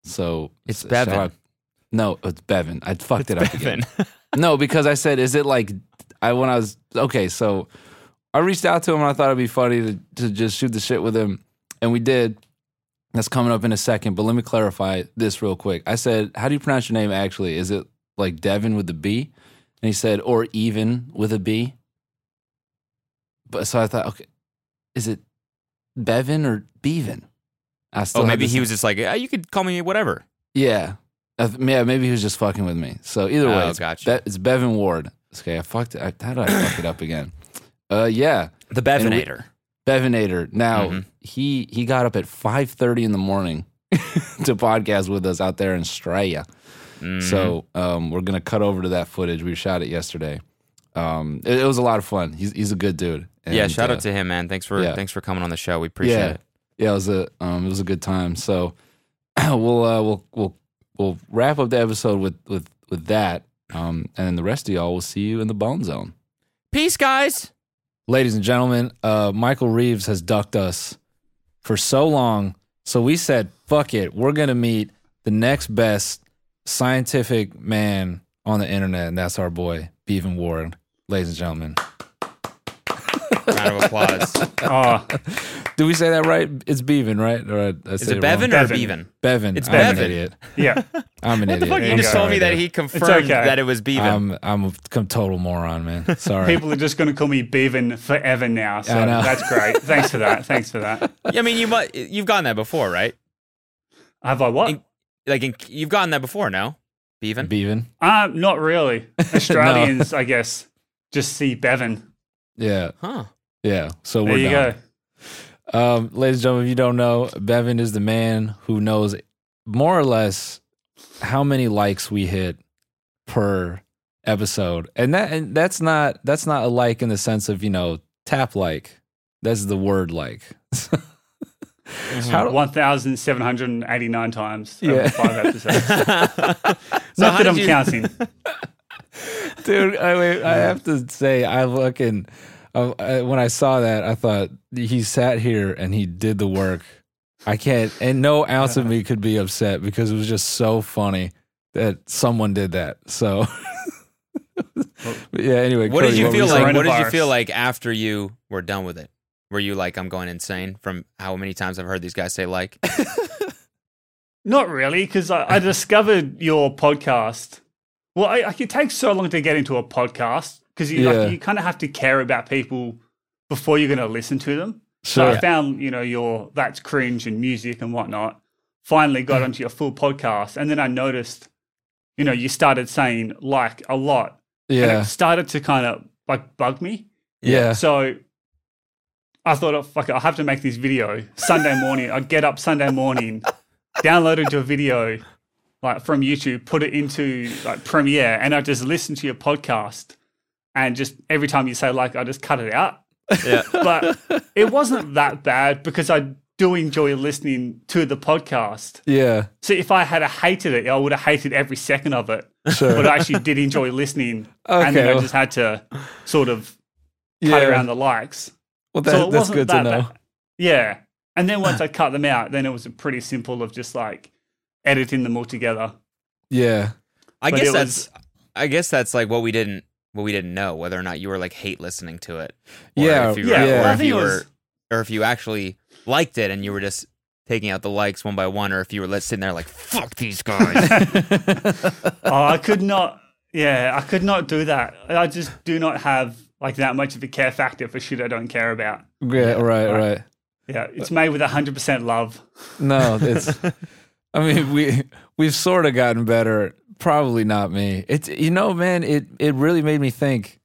so
It's
s-
Bevan.
shout out- no it's bevan i fucked it up again
Bevan.
no, because I said, is it like I when I was okay, so I reached out to him and I thought it'd be funny to, to just shoot the shit with him. And we did. That's coming up in a second, but let me clarify this real quick. I said, How do you pronounce your name actually? Is it like Devin with the B? And he said, or even with a B. But so I thought, okay, is it Bevin or Bevan? I still
Oh,
had
maybe
this-
he was just like, "Ah, you could call me whatever.
yeah. I th- yeah, maybe he was just fucking with me. So either way,
Oh,
it's,
gotcha.
Be- it's Bevan Ward. Okay, I fucked it. I, how did I fuck it up again? Uh, yeah,
The
we-
Bevinator.
Bevinator. Now
Mhm.
he he got up at five thirty in the morning to podcast with us out there in Australia.
Mhm.
So um, we're gonna cut over to that footage. We shot it yesterday. Um, it, it was a lot of fun. He's he's a good dude.
yeah,
And,
shout
uh,
out to him, man. Thanks for
yeah.
thanks for coming on the show. We appreciate
Yeah.
it.
yeah, it was a um, it was a good time. So we'll uh, we'll we'll we'll wrap up the episode with with with that, um, and then the rest of y'all will see you in the bone zone,
Peace, guys.
ladies and gentlemen. Uh, Michael Reeves has ducked us for so long, so we said, "Fuck it, we're gonna meet the next best scientific man on the internet," and that's our boy Bevan Ward, ladies and gentlemen.
Round of applause.
Oh,
Do we say that right? It's Bevan, right? Or I- I
Is
said
it
wrong?
Bevan or
Bevan.
Bevan?
Bevan.
It's
I'm an
Bevan.
idiot.
yeah.
I'm an idiot.
Fuck, you
I'm
just told
sorry,
me that
dude.
he confirmed
okay.
that it was Bevan.
I'm I'm a com- total moron, man. Sorry.
People are just going to call me Bevan forever now. So
I know.
that's great. Thanks for that. Thanks for that.
Yeah, I mean, you mu- you've gotten that before, right?
Have I what?
In- Like in, you've gotten that before, no? Bevan.
Bevan.
Uh, not really. Australians, I guess, just see Bevan.
Yeah,
huh.
yeah. So
There
we're
you
done.
go.
Um, ladies and gentlemen, if you don't know, Bevan is the man who knows more or less how many likes we hit per episode, and that and that's not that's not a like in the sense of you know tap like. That's the word like.
Mm-hmm.
Hmm.
How-
1,789 times over
Yeah.
five episodes.
So
Not
how
that
did
I'm
you-
counting.
dude. I mean, I have to say, I fucking I, I, when I saw that, I thought he sat here and he did the work. I can't, and no ounce of me could be upset because it was just so funny that someone did that. So, But yeah. Anyway,
What did
Cody,
you
were
feel
you
saying?
like? What did you
Coronavirus.
feel like after you were done with it? Were you like, I'm going insane from how many times I've heard these guys say like?
Not really, because I, I discovered your podcast. Well, I, I, it takes so long to get into a podcast because you,
Yeah.
like, you kind of have to care about people before you're going to listen to them. So
Sure.
I found, you know, your that's cringe and music and whatnot. Finally got onto your full podcast, and then I noticed, you know, you started saying like a lot, and
Yeah,
it started to kind of like bug me.
yeah,
So I thought, oh, fuck it, I have to make this video Sunday morning. I get up Sunday morning, download into a video like from YouTube, put it into like Premiere, and I just listen to your podcast. And just every time you say like, I just cut it out.
yeah.
But it wasn't that bad because I do enjoy listening to the podcast.
yeah.
So if I had a hated it, I would have hated every second of it.
Sure.
But I actually did enjoy listening, and
Okay,
then I
well-
just had to sort of
yeah.
cut around the likes
well, that,
so it
that's
wasn't
good to
that
know.
bad. Yeah. And then once I cut them out, then it was pretty simple of just like editing them all together.
Yeah,
I
But
guess
it
that's.
was-
I guess that's like what we didn't. What we didn't know whether or not you were like hate listening to it. Or
Yeah,
If you,
Yeah.
yeah.
Or
I
if
think
you
it
were,
was,
or if you actually liked it and you were just taking out the likes one by one, or if you were let sitting there like fuck these guys.
oh, I could not, yeah, I could not do that. I just do not have like that much of a care factor for shit I don't care about.
yeah. Right, right.
Yeah. It's made with 100% love.
No, it's. I mean, we we've sort of gotten better. Probably not me. It's you know, man. It it really made me think.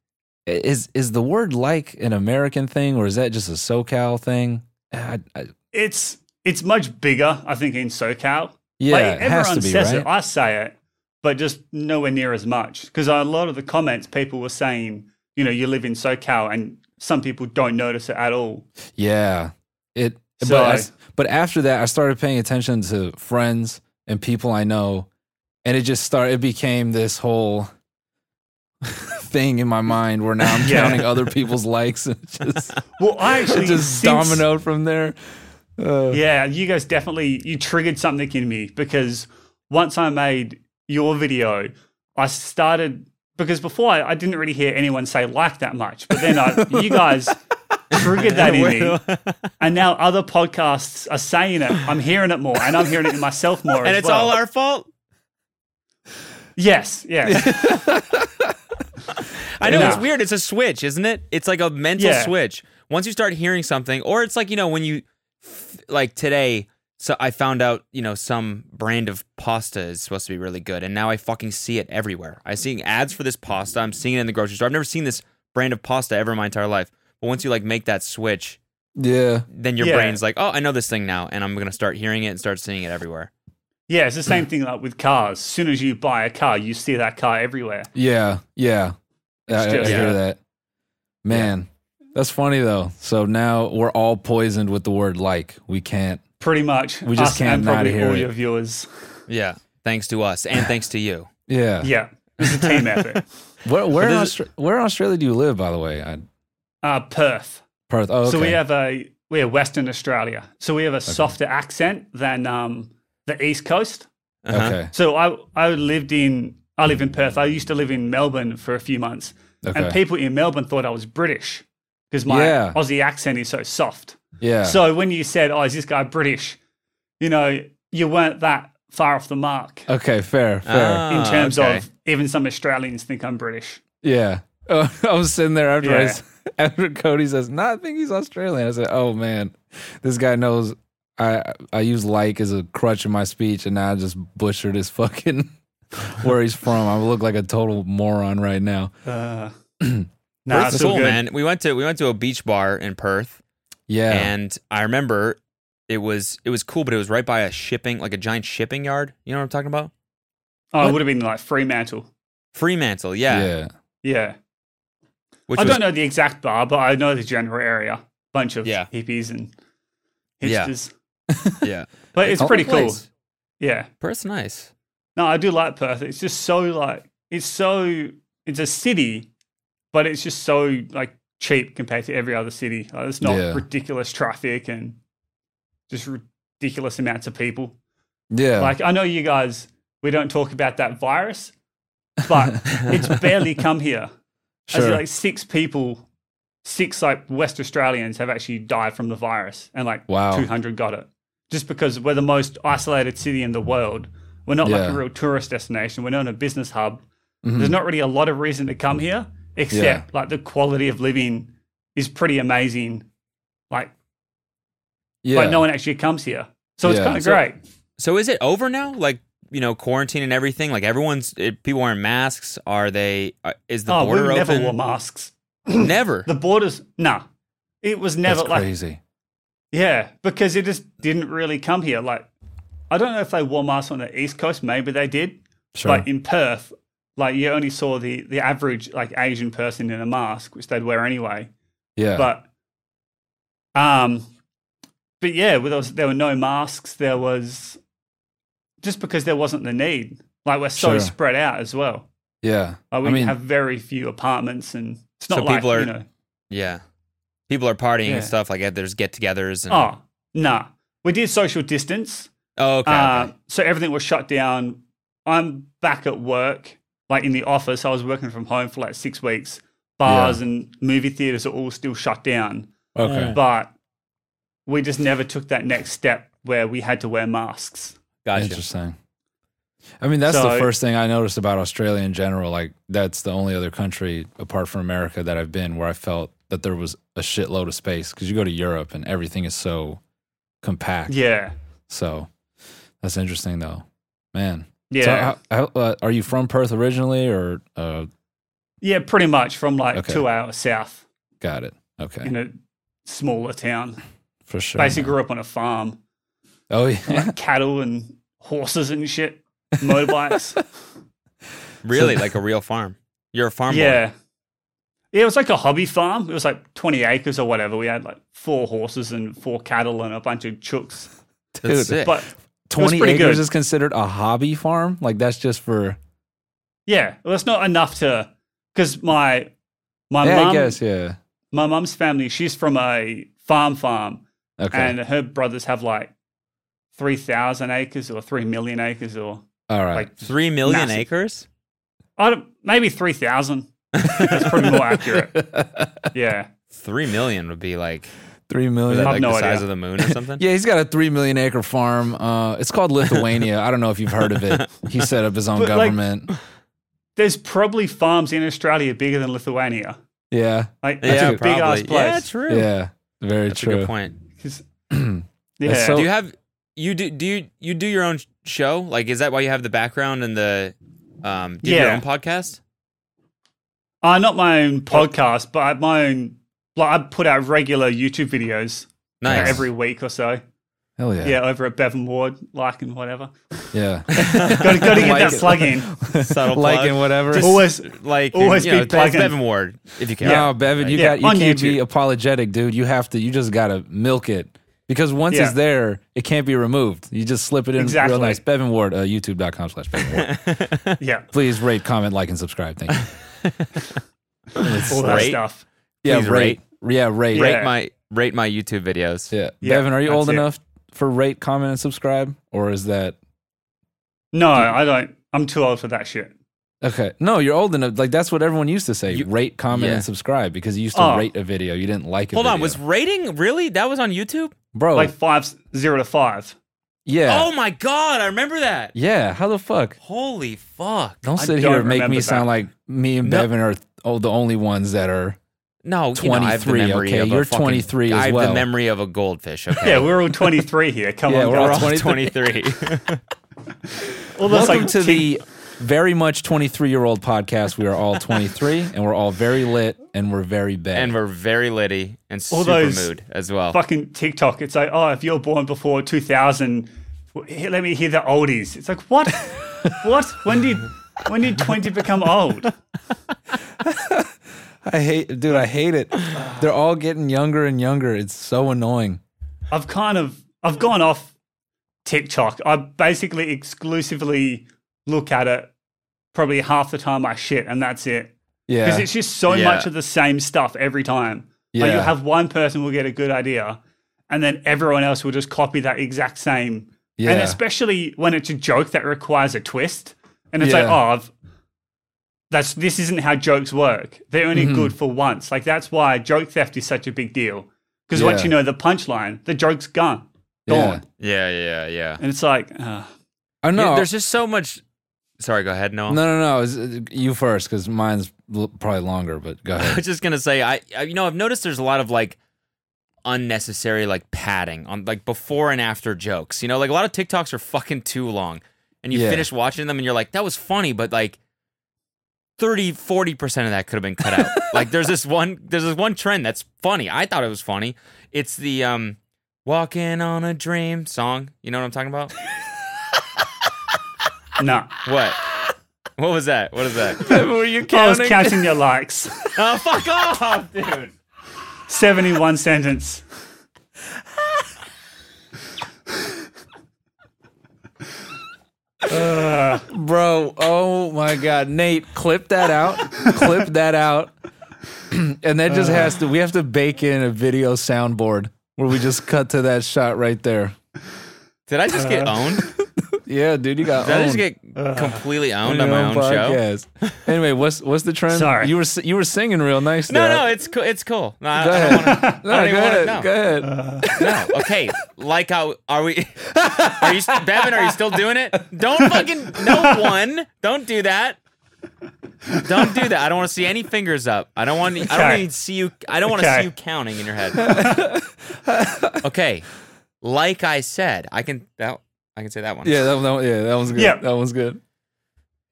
i- Is is the word like an American thing, or is that just a SoCal thing? I, I,
It's, it's much bigger, I think, in SoCal.
yeah,
like,
it has
everyone
to be
says
right.
it. I say it. but just nowhere near as much. Because a lot of the comments people were saying, you know, you live in SoCal and some people don't notice it at all.
Yeah. It
So
but, I
I-
s- but after that I started paying attention to friends and people I know and it just started it became this whole thing in my mind where now I'm
Yeah.
counting other people's likes and it just
Well, I
it
actually
just
since-
dominoed from there. Uh,
Yeah, you guys definitely you triggered something in me because once I made your video, I started because before I, I didn't really hear anyone say like that much, but then I, you guys triggered that in me, and now other podcasts are saying it. I'm hearing it more, and I'm hearing it in myself more.
and
as
it's
well.
all our fault.
yes, yes,
I know
Yeah.
it's weird. It's a switch, isn't it? It's like a mental
Yeah.
switch. Once you start hearing something, or it's like you know when you f- like today. So I found out you know some brand of pasta is supposed to be really good, and now I fucking see it everywhere. I'm seeing ads for this pasta. I'm seeing it in the grocery store. I've never seen this brand of pasta ever in my entire life. But once you like make that switch,
yeah.
then your
Yeah.
brain's like, oh, I know this thing now, and I'm gonna start hearing it and start seeing it everywhere.
yeah. It's the same thing like with cars. As soon as you buy a car, you see that car everywhere.
Yeah, yeah. I, I- I
just-
hear
Yeah.
that. Man, that's funny though. So now we're all poisoned with the word like. We can't.
Pretty much,
We just
us
can't
and
not
probably
hear
all
it.
your viewers.
Yeah, thanks to us and thanks to you.
Yeah.
Yeah, it's a team effort.
Where where in,
this
Austra- where in Australia do you live by the way? I,
Uh, Perth.
Perth. Oh, okay.
So we have a we are Western Australia. So we have a softer accent than um, the East Coast.
Uh-huh.
Okay.
So I I lived in I live in Perth. I used to live in Melbourne for a few months,
Okay.
and people in Melbourne thought I was British because my
Yeah.
Aussie accent is so soft.
yeah.
So when you said, "Oh, is this guy British?" You know, you weren't that far off the mark
okay. Fair. Fair.
Ah,
in terms
okay.
of even some Australians think I'm British.
yeah. Oh, I was sitting there after I
Yeah.
s after Cody says, "No, I think he's Australian." I said, "Oh man, this guy knows." I I use like as a crutch in my speech, and now I just butchered his fucking where he's from. I look like a total moron right now.
Uh,
Nah,
nah,
Perth's
it's all
cool,
good.
man. We went to we went to a beach bar in Perth,
Yeah.
and I remember it was it was cool, but it was right by a shipping like a giant shipping yard. You know what I'm talking about?
Oh, it would have been like Fremantle.
Fremantle, yeah.
Yeah.
Which
I
was,
don't know the exact bar, but I know the general area. Bunch of
Yeah.
hippies and
Yeah.
hipsters.
Yeah,
But it's
Oh,
pretty cool.
place.
Yeah.
Perth's nice.
No, I do like Perth. It's just so like it's so it's a city, but it's just so like cheap compared to every other city. Like, it's not
Yeah.
ridiculous traffic and just ridiculous amounts of people.
Yeah.
Like I know you guys we don't talk about that virus, but it's barely come here. I see
sure.
like six people, six like West Australians have actually died from the virus, and like
Wow.
200 got it. Just because we're the most isolated city in the world, we're not like
Yeah.
a real tourist destination. We're not a business hub.
Mhm.
There's not really a lot of reason to come here, except like the quality of living is pretty amazing. Like,
yeah.
but no one actually comes here, so it's
Yeah.
kind of
So-
great.
So is it over now? Like you know, quarantine and everything. Like everyone's it, people wearing masks. Are they? Uh, is the
oh, we
border open?
never wore masks.
Never.
The borders, nah. It was
That's
never like
crazy.
Yeah, because it just didn't really come here. Like, I don't know if they wore masks on the East Coast. Maybe they did.
Sure.
But in Perth, like you only saw the the average like Asian person in a mask, which they'd wear anyway.
yeah.
But, um, but yeah, well, there, was, there were no masks. There was just because there wasn't the need. Like we're so
Sure.
spread out as well.
yeah.
Like we
I mean,
have very few apartments, and it's not
So
like
people are-
you know.
yeah. People are partying
Yeah.
and stuff. Like there's get-togethers. And,
Oh, nah. We did social distance.
Oh, okay.
Uh,
okay.
So everything was shut down. I'm back at work, like in the office. I was working from home for like six weeks. Bars and movie theaters are all still shut down.
okay.
But we just never took that next step where we had to wear masks.
Gotcha.
Interesting. I mean, that's the
So-
first thing I noticed about Australia in general. Like, that's the only other country apart from America that I've been where I felt that there was a shitload of space. Because you go to Europe and everything is so compact.
Yeah.
So that's interesting, though. Man.
Yeah.
So how, how, uh, are you from Perth originally, or uh,
yeah, pretty much from like
Okay.
two hours south
got it? Okay,
in a smaller town.
for sure.
Basically
man.
grew up on a farm,
Oh yeah,
like cattle and horses and shit, motorbikes.
Really, like a real farm. You're a farm boy.
yeah. Yeah, it was like a hobby farm. It was like 20 acres or whatever. We had like four horses and four cattle and a bunch of chooks.
That's
Dude.
sick.
But
Twenty
pretty
acres
good.
is considered a hobby farm. Like that's just for
yeah, well, it's not enough to because my my
yeah, I
mum
guess yeah.
my mum's family she's from a farm farm
Okay,
and her brothers have like 3,000 acres or 3 million acres or
all right.
like
Three million
Massive.
acres.
I don't, maybe 3,000. That's probably more accurate. Yeah.
Three million would be like,
Three
was
million.
that
have
like
no
the
idea.
size of the moon or something.
Yeah, he's got a three million acre farm. Uh, it's called Lithuania. I don't know if you've heard of it. He set up his own
But, like-
government.
There's probably farms in Australia bigger than Lithuania.
yeah,
Like,
Yeah,
that's a big
probably.
ass
Yeah,
place.
true.
yeah, very
That's a
true.
good point.
Yeah.
That's so-
do you have you do do you you do your own sh- show? Like, is that why you have the background and the um? Do you
Yeah.
have your own podcast?
uh, not my own podcast, but I- my own. Like, I put out regular YouTube videos like,
Nice.
every week or so.
Hell
Yeah,
yeah, yeah.
over at Bevan Ward, like and whatever.
Got
Gotta, gotta get
Like
that
it.
plug in.
Subtle
like
plug.
and whatever.
Just-
Always.
like
Always
you know,
be
it's like
plugging.
Bevan Ward if you can.
No, Bevan, you
Yeah,
got you
on
can't be
YouTube.
apologetic, dude. You have to. You just gotta milk it because once
Yeah.
it's there, it can't be removed. You just slip it in
Exactly.
real nice. Bevan Ward, uh, YouTube.com/slash Bevan Ward.
Yeah.
Please rate, comment, like, and subscribe. Thank you.
All that
Rate.
stuff.
Yeah,
Please
rate. Yeah, rate.
Yeah.
Rate my rate my YouTube videos.
Yeah.
Yeah,
Bevan, are you
that's
old
it.
enough for rate, comment, and subscribe, or is that
No, I don't. I'm too old for that shit.
Okay. No, you're old enough. Like that's what everyone used to say.
You-
rate, comment,
yeah.
and subscribe because you used to
Oh.
rate a video. You didn't like it.
Hold on, was rating really that was on YouTube?
bro?
Like five, zero to five.
yeah,
Oh my god, I remember that.
yeah. How the fuck?
Holy fuck!
Don't
I
sit
don't
here and make me
remember
sound
that.
like me and
No.
Bevan are oh, the only ones that are.
No, you know, I have the
23,
memory
okay,
of a
you're
fucking-
23 as
I have the
well.
memory of a goldfish. Okay,
Yeah, we're all 23 here. Come
Yeah,
on,
we're
guys.
all
all
23.
23.
All those,
Welcome
like,
to
teen-
the very much 23 year old podcast. We are all 23 and we're all very lit and we're very bad.
and we're very litty and
All
super
those
mood as well.
fucking TikTok. It's like, oh, if you're born before 2000, w- here, let me hear the oldies. It's like, what? what? When did when did 20 become old?
I hate, dude. I hate it. They're all getting younger and younger. It's so annoying.
I've kind of I've gone off TikTok. I basically exclusively look at it probably half the time I shit, and that's it. Because
Yeah,
it's just so
Yeah.
much of the same stuff every time. Like you
Yeah.
have one person will get a good idea, and then everyone else will just copy that exact same. And
Yeah.
especially when it's a joke that requires a twist, and it's like,
Yeah.
oh, I've, that's this isn't how jokes work. They're only
Mm-hmm.
good for once. Like that's why joke theft is such a big deal. Because once
Yeah.
you know the punchline, the joke's gone,
Yeah.
gone,
yeah, yeah, yeah.
and it's like, uh,
I know.
Yeah, There's just so much. Sorry, go ahead, Noah.
Oh, No, no, no. It's, uh, you first, because mine's l- probably longer. But go
I
ahead.
was just gonna say, I, I you know I've noticed there's a lot of like unnecessary like padding on like before and after jokes. You know, like a lot of TikToks are fucking too long, and you
Yeah.
finish watching them and you're like, that was funny, but like. 30 40 percent of that could have been cut out. like there's this one there's this one trend that's funny. I thought it was funny. It's the um Walking on a Dream song. You know what I'm talking about?
no.
What? What was that? What is that?
Were you
I was counting your likes.
oh fuck off, dude.
Seventy-one sentence.
bro? Oh my god, Nate, clip that out. clip that out. and that just has to. We have to bake in a video soundboard where we just cut to that shot right there.
Did I just get owned?
Yeah, dude, you got.
Did I just
Uh, owned
get completely
on
owned
your
on my own
own
show?
podcast. Anyway, what's what's the trend?
Sorry.
you were si- you were singing real nice.
No,
there.
no, it's cool. It's cool. No, I,
Go
I don't
ahead.
wanna,
No,
I don't
go
even wanna
ahead.
know.
Go ahead.
no. Okay, like how are we? Are you, st- Bevan? Are you still doing it? Don't fucking no one. Don't do that. Don't do that. I don't want to see any fingers up. I don't want. I don't
Okay.
want to see you. I don't want to
Okay.
see you counting in your head. okay, like I said, I can that. I can say that one.
yeah, that, that, yeah, that one's good.
Yeah.
That one's good.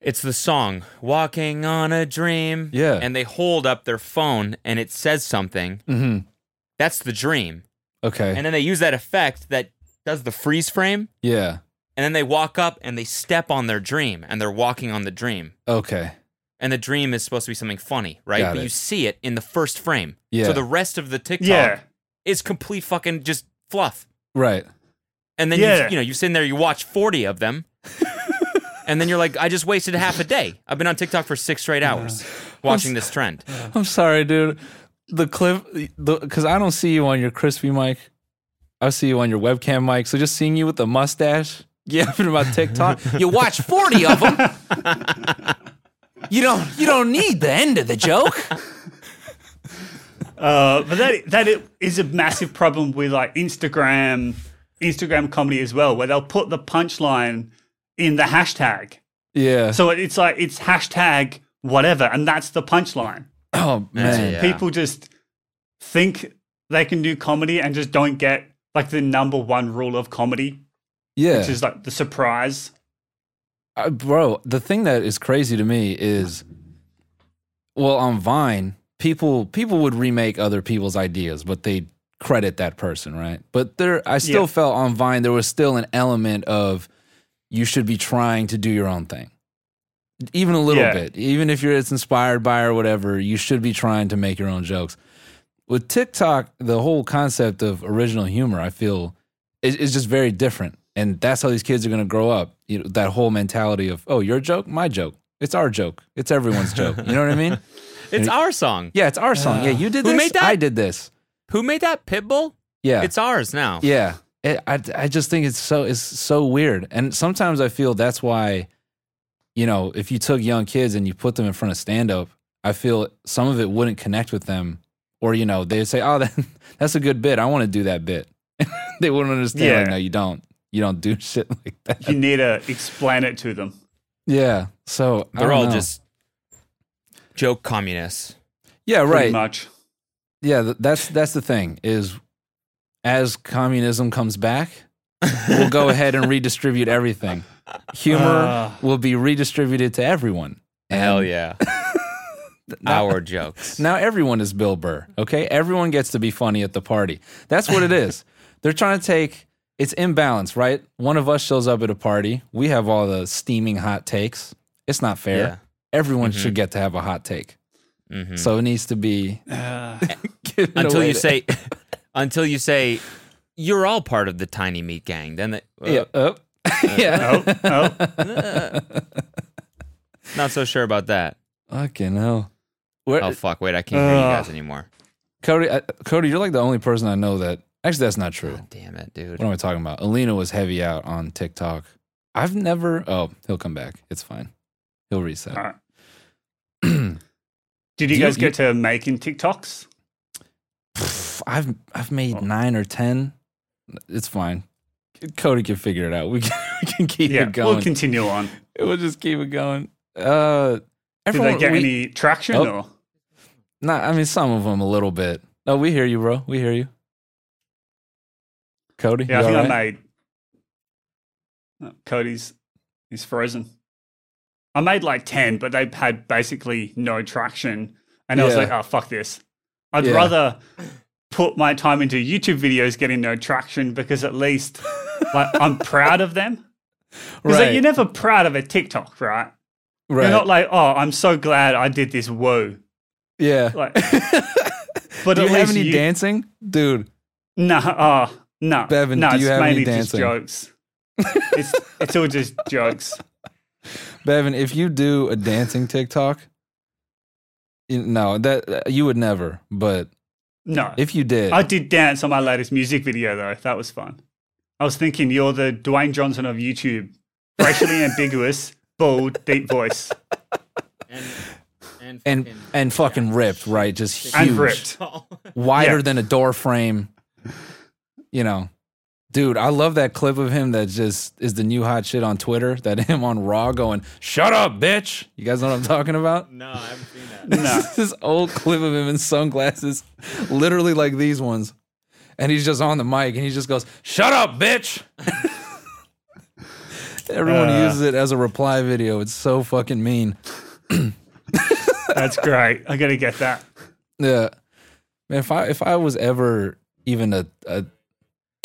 It's the song "Walking on a Dream."
Yeah.
and they hold up their phone and it says something.
hmm
That's the dream.
Okay.
And then they use that effect that does the freeze frame.
yeah.
and then they walk up and they step on their dream and they're walking on the dream.
Okay.
And the dream is supposed to be something funny, right?
Got
but
it.
you see it in the first frame.
Yeah.
So the rest of the TikTok
Yeah.
is complete fucking just fluff.
Right.
And then
Yeah.
you, you know, you sit in there, you watch 40 of them. and then you're like, I just wasted half a day. I've been on TikTok for six straight hours watching this trend.
I'm sorry, dude. The clip, because I don't see you on your crispy mic. I see you on your webcam mic. So just seeing you with the mustache, yapping about TikTok, you watch 40 of them. you don't. You don't need the end of the joke.
Uh, but that that i- is a massive problem with like Instagram, Instagram comedy as well, where they'll put the punchline in the hashtag.
Yeah.
So it- it's like it's hashtag whatever, and that's the punchline.
oh man.
Yeah.
People just think they can do comedy and just don't get like the number one rule of comedy,
Yeah.
which is like the surprise.
Uh, bro, the thing that is crazy to me is, well, on Vine, people people would remake other people's ideas, but they credit that person, right? But there, I still
Yeah.
felt on Vine there was still an element of you should be trying to do your own thing, even a little
Yeah.
bit, even if you're it's inspired by or whatever. You should be trying to make your own jokes. With TikTok, the whole concept of original humor, I feel is, is just very different. And that's how these kids are going to grow up. You know, that whole mentality of, oh, your joke, my joke. It's our joke. It's everyone's joke. You know what I mean?
It's our song.
Yeah, it's our song. Yeah, you did
Uh, Who
this.
made that?
I did this.
Who made that Pitbull?
Yeah.
It's ours now.
Yeah, it, I I just think it's so it's so weird, and sometimes I feel that's why, you know, if you took young kids and you put them in front of stand up, I feel some of it wouldn't connect with them, or you know, they'd say, "Oh, that, that's a good bit. I want to do that bit." they wouldn't understand. Like,
Yeah.
no, you don't. You don't do shit like that.
You need to explain it to them.
Yeah. So I
They're
don't
all
know.
just joke communists.
yeah,
Pretty
right.
much.
Yeah, th- that's that's the thing is, as communism comes back, we'll go ahead and redistribute everything. Humor
Uh.
Ah.
will be redistributed to everyone. And
Hell yeah. Our jokes.
Now everyone is Bill Burr. Okay, everyone gets to be funny at the party. That's what it is. They're trying to take it's imbalance, right? One of us shows up at a party. We have all the steaming hot takes. It's not fair.
Yeah. Mm-hmm.
Everyone should get to have a hot take.
Mhm.
So it needs to be
Uh,
given
until
away
you
to-
say until you say you're all part of the tiny meat gang then the, uh,
yeah. oh. yeah.
oh, oh.
not so sure about that
Oh.
Fucking hell. Where,
oh fuck wait i can't hear you
Ugh.
guys anymore
Cody, uh, Cody, you're like the only person I know that. Actually, that's not true.
damn it dude
What am I talking about? Alina was heavy out on TikTok. I've never. Oh, he'll come back. It's fine. He'll reset.
All right. Did you
You-
guys
you-
get to making TikToks?
Pff, I've I've made
Oh.
nine or ten. It's fine. Cody can figure it out. We can, we can keep
Yeah,
it going.
we'll continue on.
we'll just keep it going. Uh,
Did
everyone,
they get
we-
any traction
Oh.
or?
Nah, I mean some of them a little bit. No, we hear you, bro. We hear you. Cody,
Yeah, I
you
think
all
I
right?
made. No, Cody's, he's frozen. I made like ten, but they had basically no traction, and I was
Yeah.
like, "Oh fuck this! I'd
Yeah.
rather put my time into YouTube videos getting no traction because at least like I'm proud of them. Because
Right.
you're never proud of a TikTok, right?
right.
You're not like, "Oh, I'm so glad I did this." Whoa,
yeah. But
like, but
do
at
you have
least
any
you-
dancing, dude?
No, uh, no.
Bevan,
no,
do you
it's
have any
mainly
dancing?
just jokes. it's it's all just jokes.
Bevan, if you do a dancing TikTok, you- no, that uh, you would never. But
No.
if you did,
I did dance on my latest music video though. That was fun. I was thinking you're the Dwayne Johnson of YouTube. Racially ambiguous, bold, deep voice.
and,
and and fucking ripped, right? Just huge,
And ripped.
wider
Yeah.
than a door frame. You know, dude, I love that clip of him that just is the new hot shit on Twitter. That him on Raw going, "Shut up, bitch." You guys know what I'm talking about?
no i haven't seen that
No.
this old clip of him in sunglasses, literally like these ones. And he's just on the mic and he just goes, Shut up, bitch. Everyone
Uh.
uses it as a reply video. It's so fucking mean.
That's great. I gotta get that.
Yeah. Man, if I if I was ever even a, a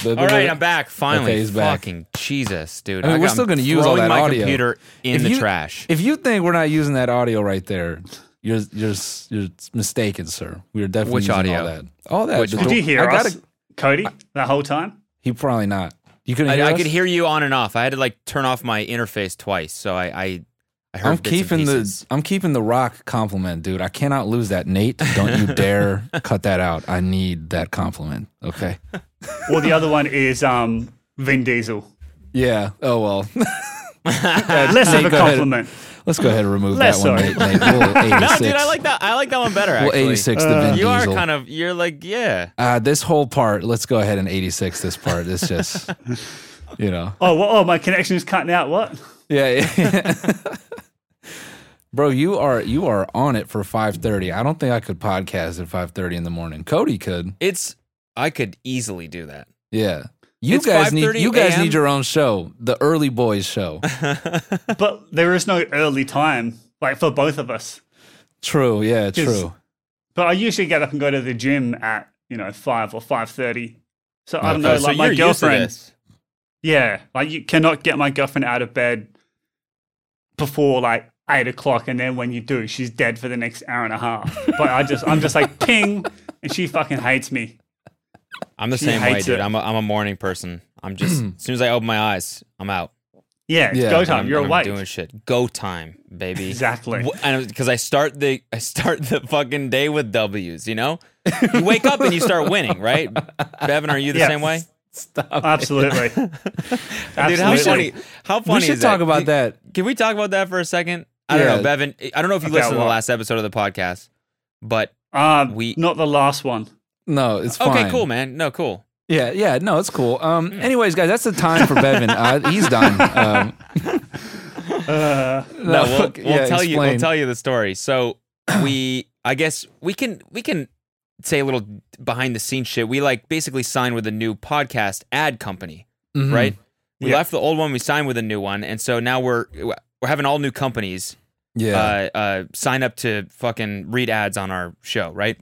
The- the-
All right, I'm back. Finally,
Okay, he's back.
fucking Jesus, dude.
I mean, we're
got-
still
I'm
gonna use all
throwing
that
my
audio.
computer in
If
the
you-
trash.
If you think we're not using that audio right there, you're you're you're mistaken, sir. We are definitely
Which
using
audio?
all that. All that.
Which-
The
Did
door-
you hear
I gotta-
us, Cody, that whole time?
He probably not. You couldn't.
I,
hear
I
us?
could hear you on and off. I had to like turn off my interface twice, so I I, I heard bits
I'm
and
keeping the
pieces.
I'm keeping the rock compliment, dude. I cannot lose that, Nate. Don't you dare cut that out. I need that compliment. Okay.
Or the other one is um, Vin Diesel.
Yeah. Oh well.
Less of
Nate,
a
go ahead.
compliment.
Let's go ahead and remove
Less
that one,
sorry.
Nate. Nate. We'll 86.
No, dude, I like that. I like that one better.
We'll
Actually,
86 the
Uh,
Vin
You are
Diesel.
kind of. You're like, yeah.
uh, this whole part. Let's go ahead and 86 this part. It's just, you know.
Oh, wha- oh, my connection is cutting out. What?
Yeah. yeah. Bro, you are you are on it for 5:30. I don't think I could podcast at 5:30 in the morning. Cody could.
It's. I could easily do that.
Yeah. You
It's
guys need
5:30
you guys
a.m.?
need your own show, the early boys show.
But there is no early time, like for both of us.
true, yeah,
Just-
true.
But I usually get up and go to the gym at you know five or five thirty. So I don't
Okay.
know,
so
like my
you're used to
girlfriend.
this.
Yeah, like you cannot get my girlfriend out of bed before like eight o'clock, and then when you do, she's dead for the next hour and a half. But I just, I'm just like ping, and she fucking hates me.
I'm the
She
same way,
hates
dude.
it.
I'm a, I'm a morning person. I'm just as soon as I open my eyes, I'm out.
Yeah, it's
Yeah,
go
And
time.
I'm-
You're
and I'm
awake.
doing shit. Go time, baby.
Exactly.
Because I start the I start the fucking day with W's. You know, you wake up and you start winning, right? Bevan, are you the
Yeah.
same way?
Absolutely.
Dude, how funny?
Absolutely.
How funny
We should
is
talk about that.
Can we talk about that for a second? I don't
Yeah.
know, Bevan. I don't know if you
Okay,
listened to the
well-
last episode of the podcast, but
Um,
We-
not the last one.
No, it's fine.
okay, cool, man. No, cool.
Yeah, yeah, no, it's cool. Um, anyways, guys, that's the time for Bevan. Uh, he's done. Um,
Uh,
No, we'll, we'll
yeah,
tell you. We'll
explain.
tell you the story. So we, I guess we can we can say a little behind the scenes shit. We like basically signed with a new podcast ad company,
Mhm.
right? We
Yeah.
left the old one. We signed with a new one, and so now we're we're having all new companies
Mm-hmm. Yeah.
uh, uh, sign up to fucking read ads on our show, right?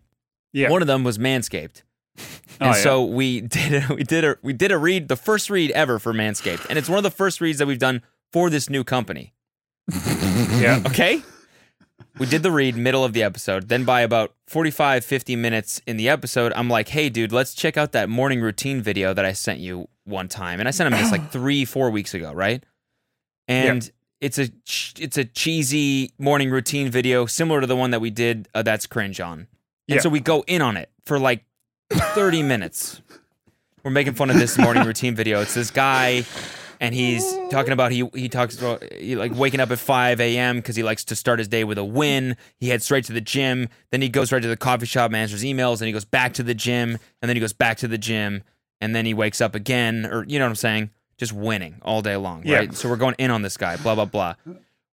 yeah.
One of them was Manscaped.
Oh,
And
yeah.
so we did a, we did a we did a read the first read ever for Manscaped, and it's one of the first reads that we've done for this new company.
yeah.
Okay. We did the read middle of the episode. Then by about 45, 50 minutes in the episode, I'm like, hey, dude, let's check out that morning routine video that I sent you one time. And I sent him this like three, four weeks ago, right? And it's a ch- it's a cheesy morning routine video similar to the one that we did uh, that's cringe on. And
Yeah.
so we go in on it for like 30 minutes. We're making fun of this morning routine video. It's this guy and he's talking about he he talks about he, like waking up at 5 a.m. because he likes to start his day with a win. He heads straight to the gym, then he goes right to the coffee shop, and answers emails, and he goes back to the gym, and then he goes back to the gym, and then he wakes up again, or you know what I'm saying? Just winning all day long,
Yeah.
right? So we're going in on this guy, blah blah blah.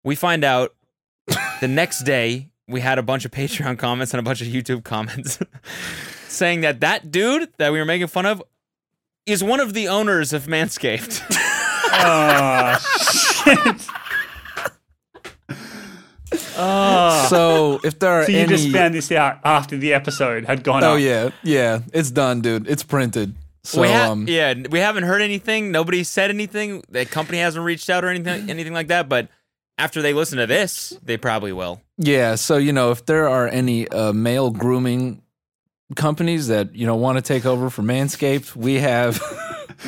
We find out the next day we had a bunch of Patreon comments and a bunch of YouTube comments saying that that dude that we were making fun of is one of the owners of Manscaped.
Oh, shit. Oh.
Uh,
so if there are
So you
any,
just found this out after the episode had gone
oh
up.
yeah, yeah, it's done, dude. It's printed. So
we ha-
um,
yeah, we haven't heard anything. Nobody said anything. The company hasn't reached out or anything, anything like that. But after they listen to this, they probably will.
Yeah, so you know, if there are any uh, male grooming companies that you know want to take over for Manscaped, we have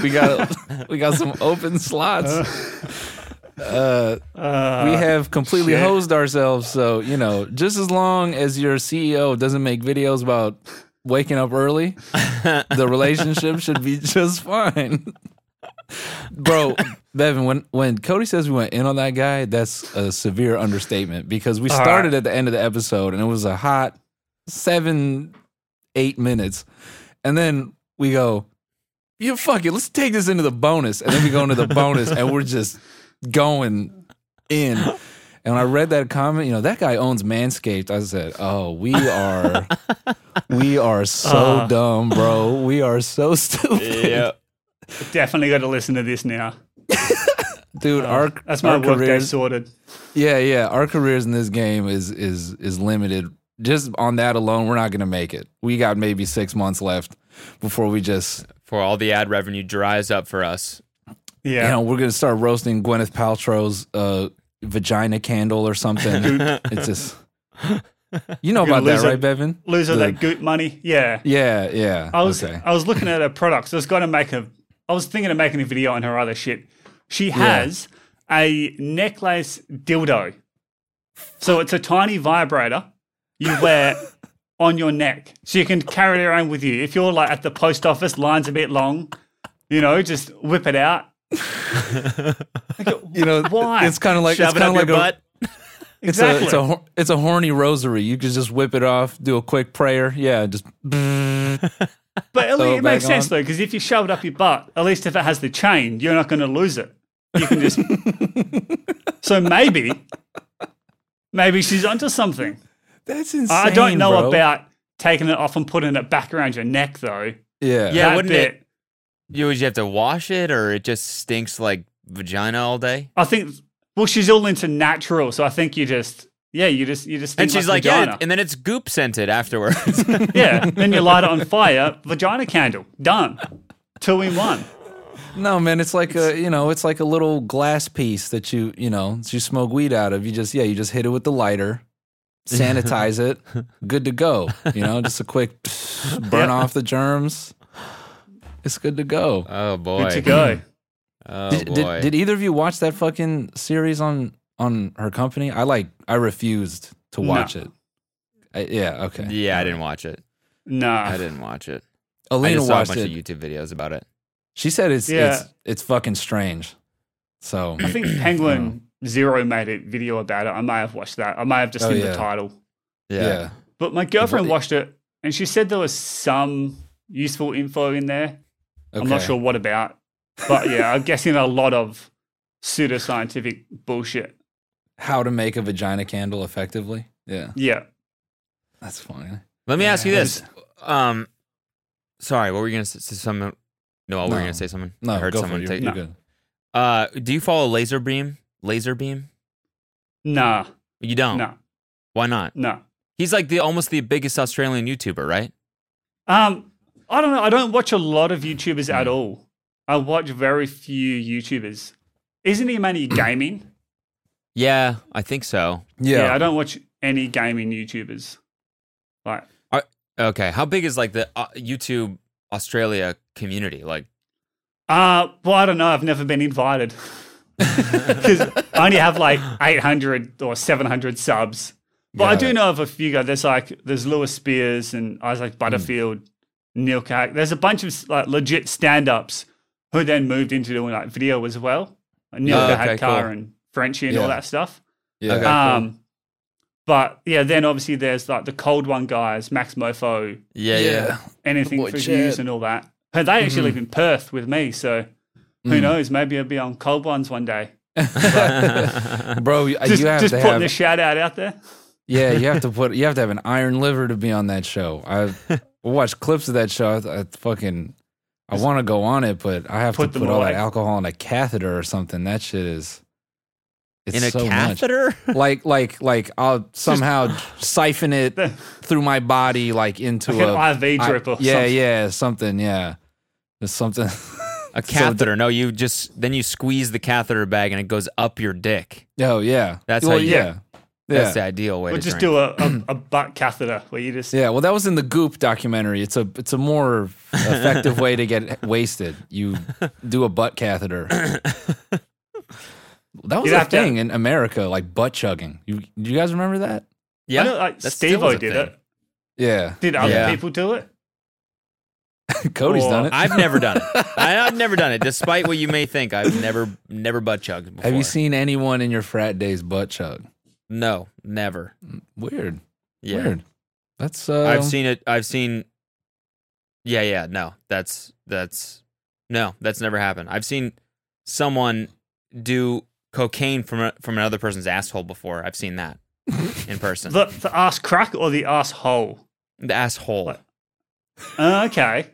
we got we got some open slots. Uh,
Uh,
we have completely
shit.
hosed ourselves, so you know, just as long as your CEO doesn't make videos about waking up early, the relationship should be just fine. Bro, Bevan, when when Cody says we went in on that guy, that's a severe understatement because we
All
started
right.
at the end of the episode and it was a hot seven, eight minutes. And then we go, you fuck it, let's take this into the bonus. And then we go into the bonus and we're just going in. And when I read that comment, you know, that guy owns Manscaped. I said, Oh, we are we are so
Uh.
dumb, bro. We are so stupid.
definitely got to listen to this now.
Dude, our
Uh, That's my
our
work day
careers,
sorted.
yeah, yeah. Our careers in this game is is is limited. Just on that alone, we're not gonna make it. We got maybe six months left before we just
for all the ad revenue dries up for us.
Yeah.
You know, we're gonna start roasting Gwyneth Paltrow's uh, vagina candle or something. it's just, you know
You're
about that,
losing-
right, Bevan?
Lose all
The-
that goot money. Yeah.
Yeah, yeah.
I was
okay.
I was looking at her products. I was going to make a. I was thinking of making a video on her other shit. She has a necklace dildo. So it's a tiny vibrator you wear on your neck, so you can carry it around with you. If you're like at the post office, lines a bit long, you know, just whip it out.
you know,
Why?
it's kind of like
Shove
it's
it
kind
up
of like
your
a,
butt.
It's a
Exactly.
it's a hor- it's a horny rosary. You could just whip it off, do a quick prayer. Yeah, just
But at
Throw
least
it
it makes
back
sense
on.
though, because if you shove it up your butt, at least if it has the chain, you're not going to lose it. You can just. so maybe, maybe she's onto something.
that's insane.
I don't know
bro.
about taking it off and putting it back around your neck though.
yeah.
Yeah,
That
wouldn't
bit,
it- You would you have to wash it, or it just stinks like vagina all day.
I think. Well, she's all into natural, so I think you just. Yeah, you just you just.
And
stink
she's like, yeah,
vagina.
and then it's goop scented afterwards.
yeah. Then you light it on fire, vagina candle, done, two in one.
No, man, it's like a you know, it's like a little glass piece that you you know that you smoke weed out of. You just yeah, you just hit it with the lighter, sanitize it, good to go. You know, just a quick burn off the germs. It's good to go.
oh boy.
Good to go.
Oh
did,
boy.
did, did either of you watch that fucking series on on her company? I like I refused to
No.
watch it. I, yeah, okay.
yeah, I didn't watch it. I
Nah.
Ah.
didn't watch it. I
Alina
just saw a
watched
bunch of
it.
YouTube videos about it.
She said it's
Yeah.
it's it's fucking strange. So
I think Penguin Zero made a video about it. I may have watched that. I may have just
Oh,
seen
yeah.
the title.
yeah.
But my girlfriend watched it and she said there was some useful info in there. I'm not
Okay.
sure what about. But yeah, I'm guessing a lot of pseudoscientific bullshit.
how to make a vagina candle effectively. Yeah,
Yeah.
that's funny.
Let me ask you
Yeah.
this. Um, sorry, what were you gonna say? Someone? No, we were
No.
gonna say something.
No,
I heard
go
someone
for it.
take.
You're, you're good.
Uh, do you follow Laser Beam? Laser Beam?
Nah,
You don't.
nah,
Why not?
nah.
He's like the almost the biggest Australian YouTuber, right?
Um, I don't know. I don't watch a lot of YouTubers
Hmm.
at all. I watch very few YouTubers. Isn't he mainly gaming?
Yeah, I think so.
Yeah,
I don't watch any gaming YouTubers. Like,
Okay, how big is like the uh, YouTube Australia community? Like,
Uh, well, I don't know. I've never been invited because I only have like 800 or 700 subs. But I
Got
do
it.
know of a few guys. There's like there's Lewis Spears and
Hmm.
Isaac Butterfield, Neil Cack. There's a bunch of like legit stand-ups who then moved into doing like video as well. Like Neil
Oh, okay,
Gahadkar
cool.
and Frenchie and all
Yeah.
that stuff.
yeah. Uh,
Okay.
um, but yeah, then obviously there's like the Cold One guys, Max Mofo,
yeah, yeah.
anything
boy
for
Chad.
views and all that. And they actually live in Perth with me, so who
Mm-hmm. Mm.
knows? Maybe I'll be on cold ones one day.
bro. You,
Just,
Uh, you have
just
to
putting
have
a shout out out there.
yeah. You have to put you have to have an iron liver to be on that show. I watched clips of that show. I, I fucking I want to go on it, but I have to
Put them
put all that
away.
alcohol in a catheter or something. That shit is. It's
In a
so much.
catheter?
Like, like, like, I'll somehow siphon it
Like
through my body, like into
an
a
IV
uh, I-
drip or
yeah,
something.
yeah, something, yeah, There's something.
A catheter? no, you just then you squeeze the catheter bag and it goes up your dick.
oh yeah,
That's
well,
how you-
yeah, yeah,
That's the ideal way
We'll
to
just
drink.
do a, a, a butt catheter where you just.
Mm. yeah. Well, that was in the Goop documentary. It's a it's a more effective way to get wasted. You do a butt catheter. That was
You'd
a
have to-
thing in America, like butt chugging. You do you guys remember that?
I
Yeah,
know, like
that still
Steve O
is a
did
thing.
it.
Yeah,
Did other
Yeah.
people do it?
Cody's
Or-
done it.
I've never done it. I, have never done it, despite what you may think. I've never, never butt chugged before.
Have you seen anyone in your frat days butt chug?
No, never.
Weird,
Yeah,
weird. That's uh,
I've seen it. I've seen. Yeah, yeah. No, that's that's no, that's never happened. I've seen someone do cocaine from a, from another person's asshole before. I've seen that in person.
The, the ass crack or the ass hole?
the asshole.
What? Uh, okay.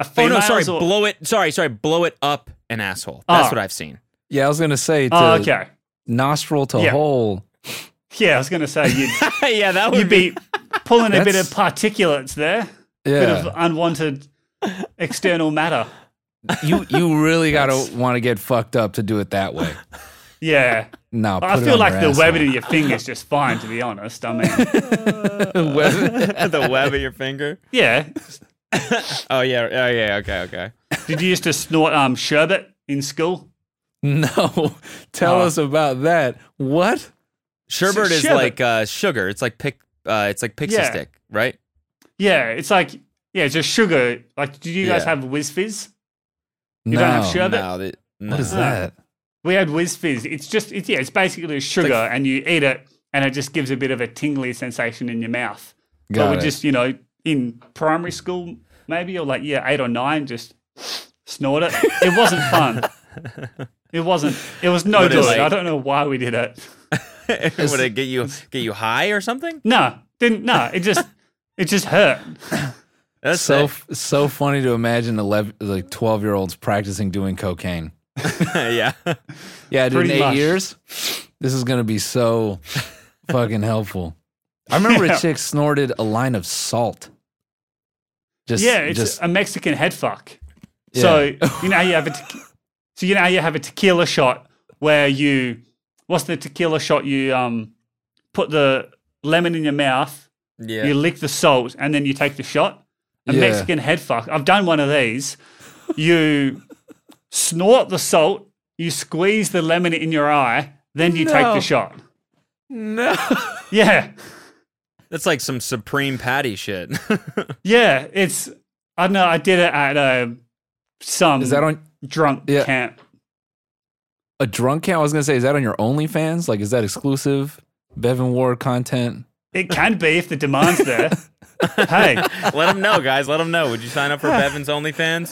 A
Oh no,
female's
sorry,
or-
blow it. Sorry, sorry, blow it up an asshole. That's
Ah.
what I've seen.
Yeah, I was gonna say to
oh, okay.
nostril to
Yeah.
hole.
Yeah, I was going to say you'd,
yeah, that would
you'd be pulling a bit of
That's-
particulates there.
Yeah,
bit of unwanted external matter.
You you really gotta want to get fucked up to do it that way.
Yeah.
No,
I
put it
feel
on
like the
your
webbing of your finger's just fine, to be honest. I mean,
asshole. Web-
the web of your finger.
yeah.
Oh yeah. Oh yeah. Okay. Okay.
Did you used to snort um, sherbet in school?
no, tell
Oh.
us about that. What?
Sherbet is
sherbet.
like uh, sugar. It's like pic. Uh, it's like pixie
Yeah.
stick, right?
Yeah, it's like, yeah, just sugar. Like, did you guys
Yeah.
have Whiz Fizz?
no.
You don't have sherbet?
No, they- no.
What is
No.
that?
We had Whiz Fizz. It's just, it's, yeah, it's basically sugar and you eat it and it just gives a bit of a tingly sensation in your mouth. but
Got
we
it.
just, you know, in primary school, maybe, or like, yeah, eight or nine, just snort it. It wasn't fun. It wasn't, it was no
But
good.
it's like-
I don't know why we did it.
Would it get you get you high or something?
No, didn't, no, it just, it just hurt.
That's
so
so.
f- so funny to imagine 11, like twelve year olds practicing doing cocaine.
yeah.
Yeah, I did in
Pretty
eight
much.
years. This is gonna be so fucking helpful. I remember
Yeah.
a chick snorted a line of salt. Just
yeah, it's
just
a Mexican head fuck.
Yeah.
So you know how you have a te- so you know how you have a tequila shot where you what's the tequila shot you um put the lemon in your mouth,
Yeah.
you lick the salt, and then you take the shot. A
Yeah.
Mexican head fuck. I've done one of these. You snort the salt, you squeeze the lemon in your eye, then you take
No.
the shot.
no.
Yeah.
That's like some supreme patty shit.
Yeah, it's I don't know. I did it at um some
Is that on
drunk
Yeah.
camp.
a drunk count? I was gonna say, is that on your OnlyFans? Like, is that exclusive Bevan Ward content?
It can be if the demand's there. hey,
Let him know, guys. Let him know. Would you sign up for Bevan's OnlyFans?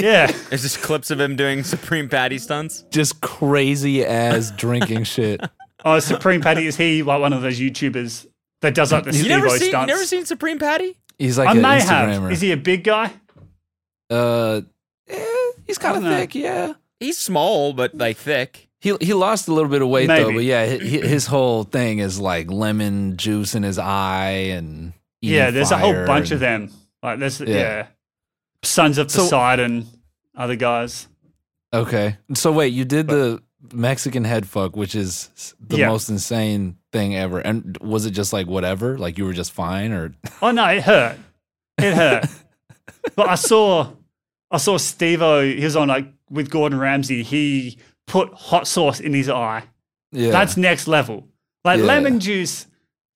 yeah,
It's just clips of him doing supreme patty stunts.
Just crazy ass drinking shit.
oh, Supreme Patty is he like one of those YouTubers that does like the Steve O
seen,
stunts?
never seen Supreme Patty?
He's like
I
an
may
Instagrammer.
have. Is he a big guy?
uh, eh, he's kind
I
of
don't know.
thick. Yeah.
He's small but like thick.
He he lost a little bit of weight though,
Maybe.
but yeah, hi- hi- his whole thing is like lemon juice in his eye and eating
yeah, there's a
fire
whole bunch of
and-
them. Like there's yeah,
Yeah.
Sons of
So-
Poseidon, other guys.
Okay, so wait, you did the Mexican head fuck, which is s- the
Yeah.
most insane thing ever, and was it just like whatever, like you were just fine, or
Oh no, it hurt. It hurt. but I saw, I saw Steve-O, He was on like with Gordon Ramsay. He put hot sauce in his eye.
yeah,
That's next level. Like
Yeah.
lemon juice,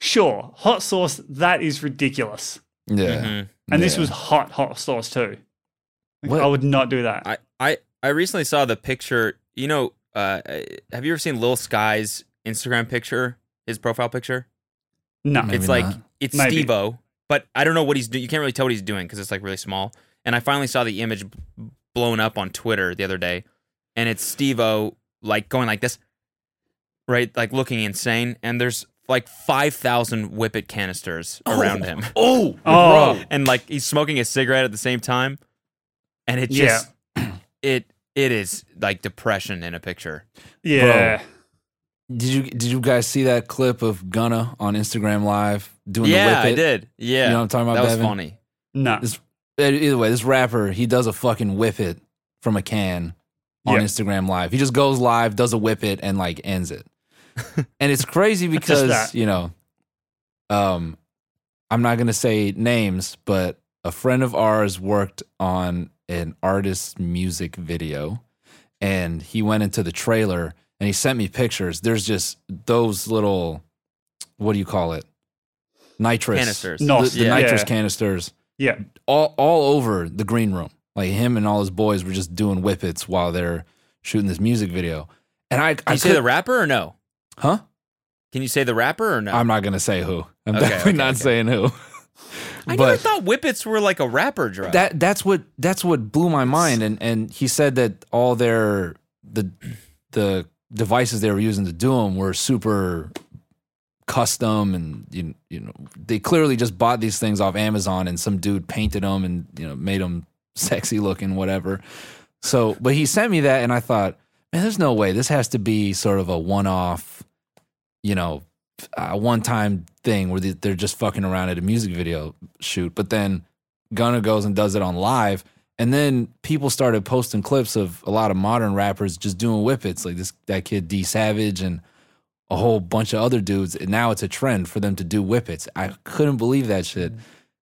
sure. Hot sauce, that is ridiculous. Mm-hmm.
yeah,
Mhm.
And this
Yeah.
was hot, hot sauce too. Like,
What-
I would not do that.
I, I I recently saw the picture. You know, uh, have you ever seen Lil Sky's Instagram picture? His profile picture.
no.
Maybe
it's like
not.
it's
Maybe.
Stevo, but I don't know what he's doing. You can't really tell what he's doing because it's like really small. And I finally saw the image b- blown up on Twitter the other day, and it's Stevo like going like this, right, like looking insane. And there's like five thousand Whippet canisters around him,
oh,
Oh,
and like he's smoking a cigarette at the same time, and it
Yeah.
just it it is like depression in a picture.
yeah.
did you did you guys see that clip of Gunna on Instagram Live doing the
yeah,
whip it?
I did. Yeah,
You know what I'm talking
that
about?
was
Bevan?
funny.
No.
It's- Uh, Either way, this rapper he does a fucking whip it from a can on
Yeah.
Instagram Live. He just goes live, does a whip it, and like ends it. and it's crazy because
that.
you know, um, I'm not gonna say names, but a friend of ours worked on an artist's music video, and he went into the trailer and he sent me pictures. There's just those little, what do you call it? Nitrous
Canisters.
No.
the, the
Yeah.
nitrous
Yeah.
canisters
Yeah.
all all over the green room. Like him and all his boys were just doing whippets while they're shooting this music video. And I,
Can
I
you say
could-
the rapper or no?
huh?
Can you say the rapper or no?
I'm not gonna say who. I'm
Okay,
definitely
okay,
not
okay.
saying who.
I never
but
thought whippets were like a rapper drug.
that that's what that's what blew my mind. And and he said that all their the the devices they were using to do them were super custom and you you know they clearly just bought these things off Amazon and some dude painted them and you know made them sexy looking whatever. So, but he sent me that and I thought, man, there's no way this has to be sort of a one-off, you know, uh, one-time thing where they- they're just fucking around at a music video shoot. But then Gunna goes and does it on live. And then people started posting clips of a lot of modern rappers just doing whippets, like this that kid D Savage and a whole bunch of other dudes. And now it's a trend for them to do whippets. I couldn't believe that shit.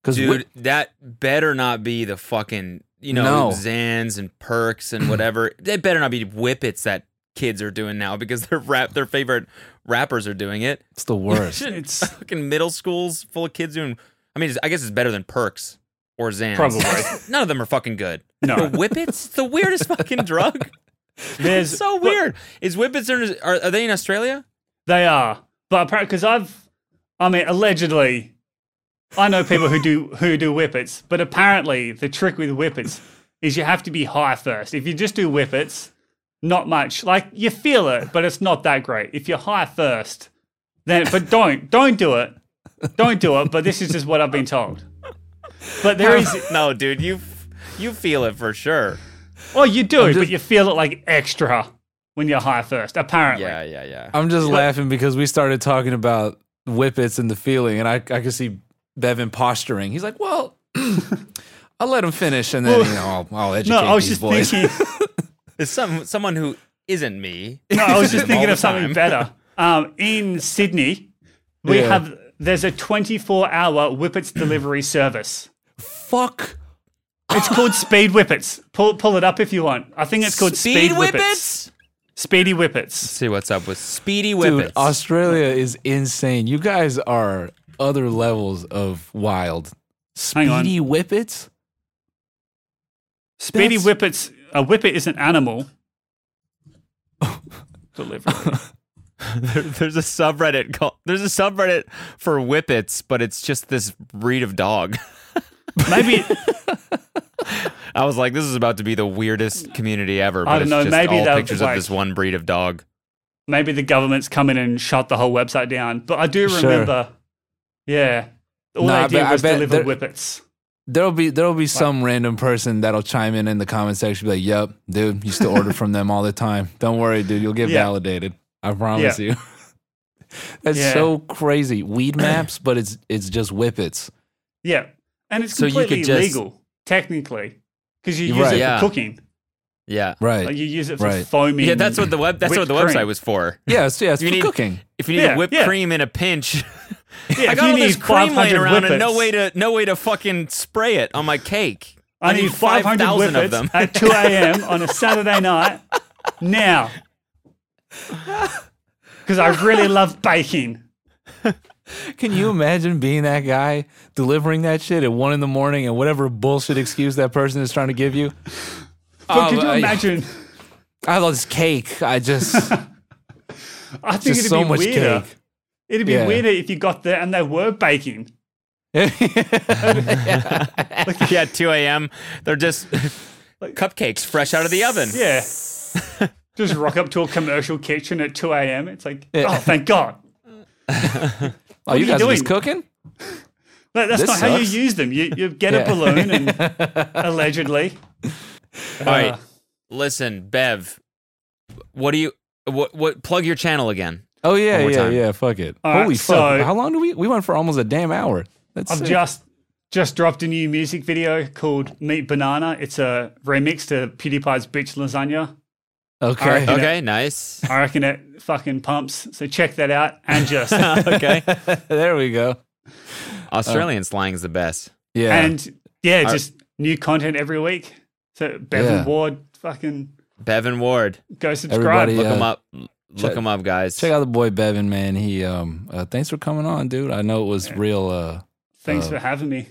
Because
Dude, that better not be the fucking you know
No.
Zans and perks and whatever. that better not be whippets that kids are doing now because their rap their favorite rappers are doing it.
it's the worst.
It's
Fucking middle schools full of kids doing. I mean, it's- I guess it's better than perks or Zans.
Probably.
none of them are fucking good.
no.
But whippets, the weirdest fucking drug. It's
There's
so weird. Is whippets in, are are they in Australia?
They are, but apparently, because I've, I mean, allegedly, I know people who do who do whippets, but apparently the trick with whippets is you have to be high first. If you just do whippets, not much. Like you feel it, but it's not that great. If you're high first, then but don't don't do it, don't do it. But this is just what I've been told. But there is,
no, dude, you you feel it for sure.
oh, you do, but you feel it like extra when you're high first. Apparently,
Yeah, yeah, yeah.
I'm just laughing because we started talking about whippets and the feeling, and I, I could see Bevan posturing. He's like, well, I'll let him finish, and then you know, I'll, I'll educate
no, I was
these
just
boys.
thinking.
It's some someone who isn't me.
No, I was just thinking
All
of
the time.
something better. Um, in Sydney, we
Yeah.
have there's a 24 hour whippets delivery service.
Fuck.
It's called Speed Whippets. Pull pull it up if you want. I think it's called Speed, Whippets. Speedy Whippets.
See what's up with Speedy
Dude,
Whippets.
Australia is insane. You guys are other levels of wild.
Hang on.
Speedy whippets?
Speedy
That's-
Whippets. A whippet is an animal. delivery.
There- there's a subreddit called There's a subreddit for whippets, but it's just this breed of dog.
Maybe
I was like, this is about to be the weirdest community ever. But
I don't
it's
know,
Just
maybe
all
that was
pictures
like-
of this one breed of dog.
maybe the government's come in and shut the whole website down. But I do remember. Yeah. All
No, I
they did
bet- I
was
bet
deliver
there-
whippets.
There'll be there'll be some random person that'll chime in in the comment section, be like, "Yep, dude, you still order from them all the time. Don't worry, dude, you'll get
Yeah.
validated. I promise you." That's
Yeah.
so crazy. Weed maps, but it's it's just whippets.
Yeah, and it's
So you could
completely
just-
legal technically because you
You're
use
right.
it
Yeah.
for cooking.
Yeah.
Right.
Like you use it for
Right.
foaming.
Yeah, that's what the web. That's what
Whipped
the website
cream.
was for.
yeah, it's, yeah, it's
You
for
need-
cooking.
If you need
Yeah,
whipped
yeah.
cream in a pinch,
Yeah,
I
if
got
you
all this
need
cream oh, laying
500
around and no
whippets-
way to no way to fucking spray it on my cake.
I need five hundred
5,000
whippets at two a.m. on a Saturday night now because I really love baking.
Can you imagine being that guy delivering that shit at one in the morning and whatever bullshit excuse that person is trying to give you?
But
Oh,
could you
I-
imagine?
I love this cake. I just
I think
just
it'd
so
be
much
weirder.
cake.
It'd be
Yeah.
weirder if you got there and they were baking.
Oh,
yeah, 2 a.m. They're just cupcakes fresh out of the oven.
Yeah. Just rock up to a commercial kitchen at 2 a.m. It's like,
Yeah.
oh, thank God.
oh, you
you
guys are just
doing?
cooking?
No, that's
This
not how you
sucks.
use them. You, you get a
Yeah.
balloon and allegedly.
All right,
Uh,
listen, Bev, what do you what what plug your channel again?
Oh yeah,
One more
yeah,
time.
yeah. Fuck it.
All right,
Holy fuck!
so-
How long do we? We went for almost a damn hour. That's
I've
sick.
just just dropped a new music video called Meat Banana. It's a remix to PewDiePie's Beach Lasagna.
okay.
All right.
Okay, nice.
I reckon it fucking pumps. So check that out and just
okay,
Uh,
there we go.
Australian slang's the best.
Yeah.
and yeah,
All
just new content every week. So Bevan
Yeah.
Ward, fucking
Bevan Ward,
go subscribe.
Everybody, uh,
look
Yeah.
him up. Look
Check-
him up, guys.
Check out the boy Bevan, man. He um. Uh, thanks for coming on, dude. I know it was real. Uh.
Thanks
uh,
for having me.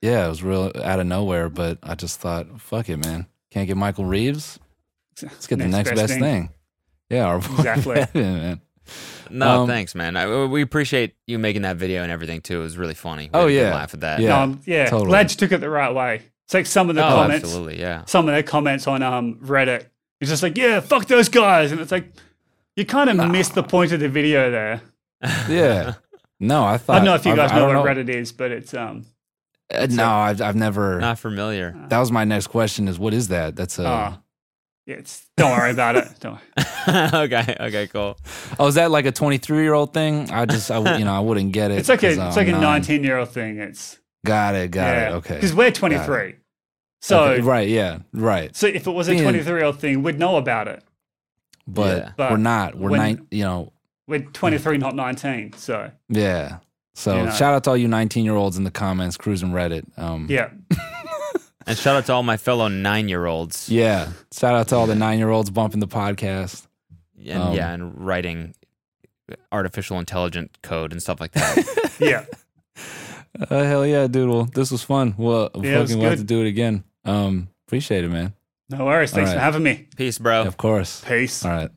Yeah, it was real out of nowhere, but I just thought, fuck it, man. Can't get Michael Reeves. Let's get the next best, thing. Yeah, our boy
Exactly.
Bevan, man.
no,
um,
thanks, man. I, we appreciate you making that video and everything too. It was really funny. We
Oh,
had a good
yeah.
laugh at that.
Yeah,
um, yeah
totally.
glad you took it the right way. It's like some of the
Oh,
comments.
absolutely, yeah.
some of their comments on um, Reddit. It's just like, yeah, fuck those guys. And it's like, you kind of missed the point of the video there.
Yeah. No, I thought.
I don't know if you guys
I
know what
don't
Reddit is, but it's um,
Uh, no, I've, I've never.
Not familiar.
That was my next question. Is what is that? That's a.
uh, yeah, it's don't worry about it. Don't worry.
okay, okay, cool.
Oh, is that like a 23 year old thing? I just, I, would- you know, I wouldn't get it.
It's like a
'cause
it's like a
I'm nine.
nineteen year old thing. It's
Got it. Got
yeah.
it. Okay.
Because we're 23. So,
Okay, right. Yeah. Right.
so if it was a
Being-
23 year old thing, we'd know about it.
But,
Yeah.
But
we're not. We're
when-
nine. You know.
We're 23, not 19. So,
Yeah. So
Yeah.
shout out to all you 19 year olds in the comments cruising Reddit. Um,
yeah.
And shout out to all my fellow nine year olds.
Yeah. Shout out to all the nine year olds bumping the podcast.
And,
Um,
yeah, and writing artificial intelligent code and stuff like that.
Yeah.
Uh, hell yeah, dude. Well, this was fun. Well,
Yeah, it was
fucking we'll have to
good.
do it again. Um, appreciate it, man.
No worries. Thanks
All
for
right.
having me.
Peace, bro.
Of course.
Peace.
All right.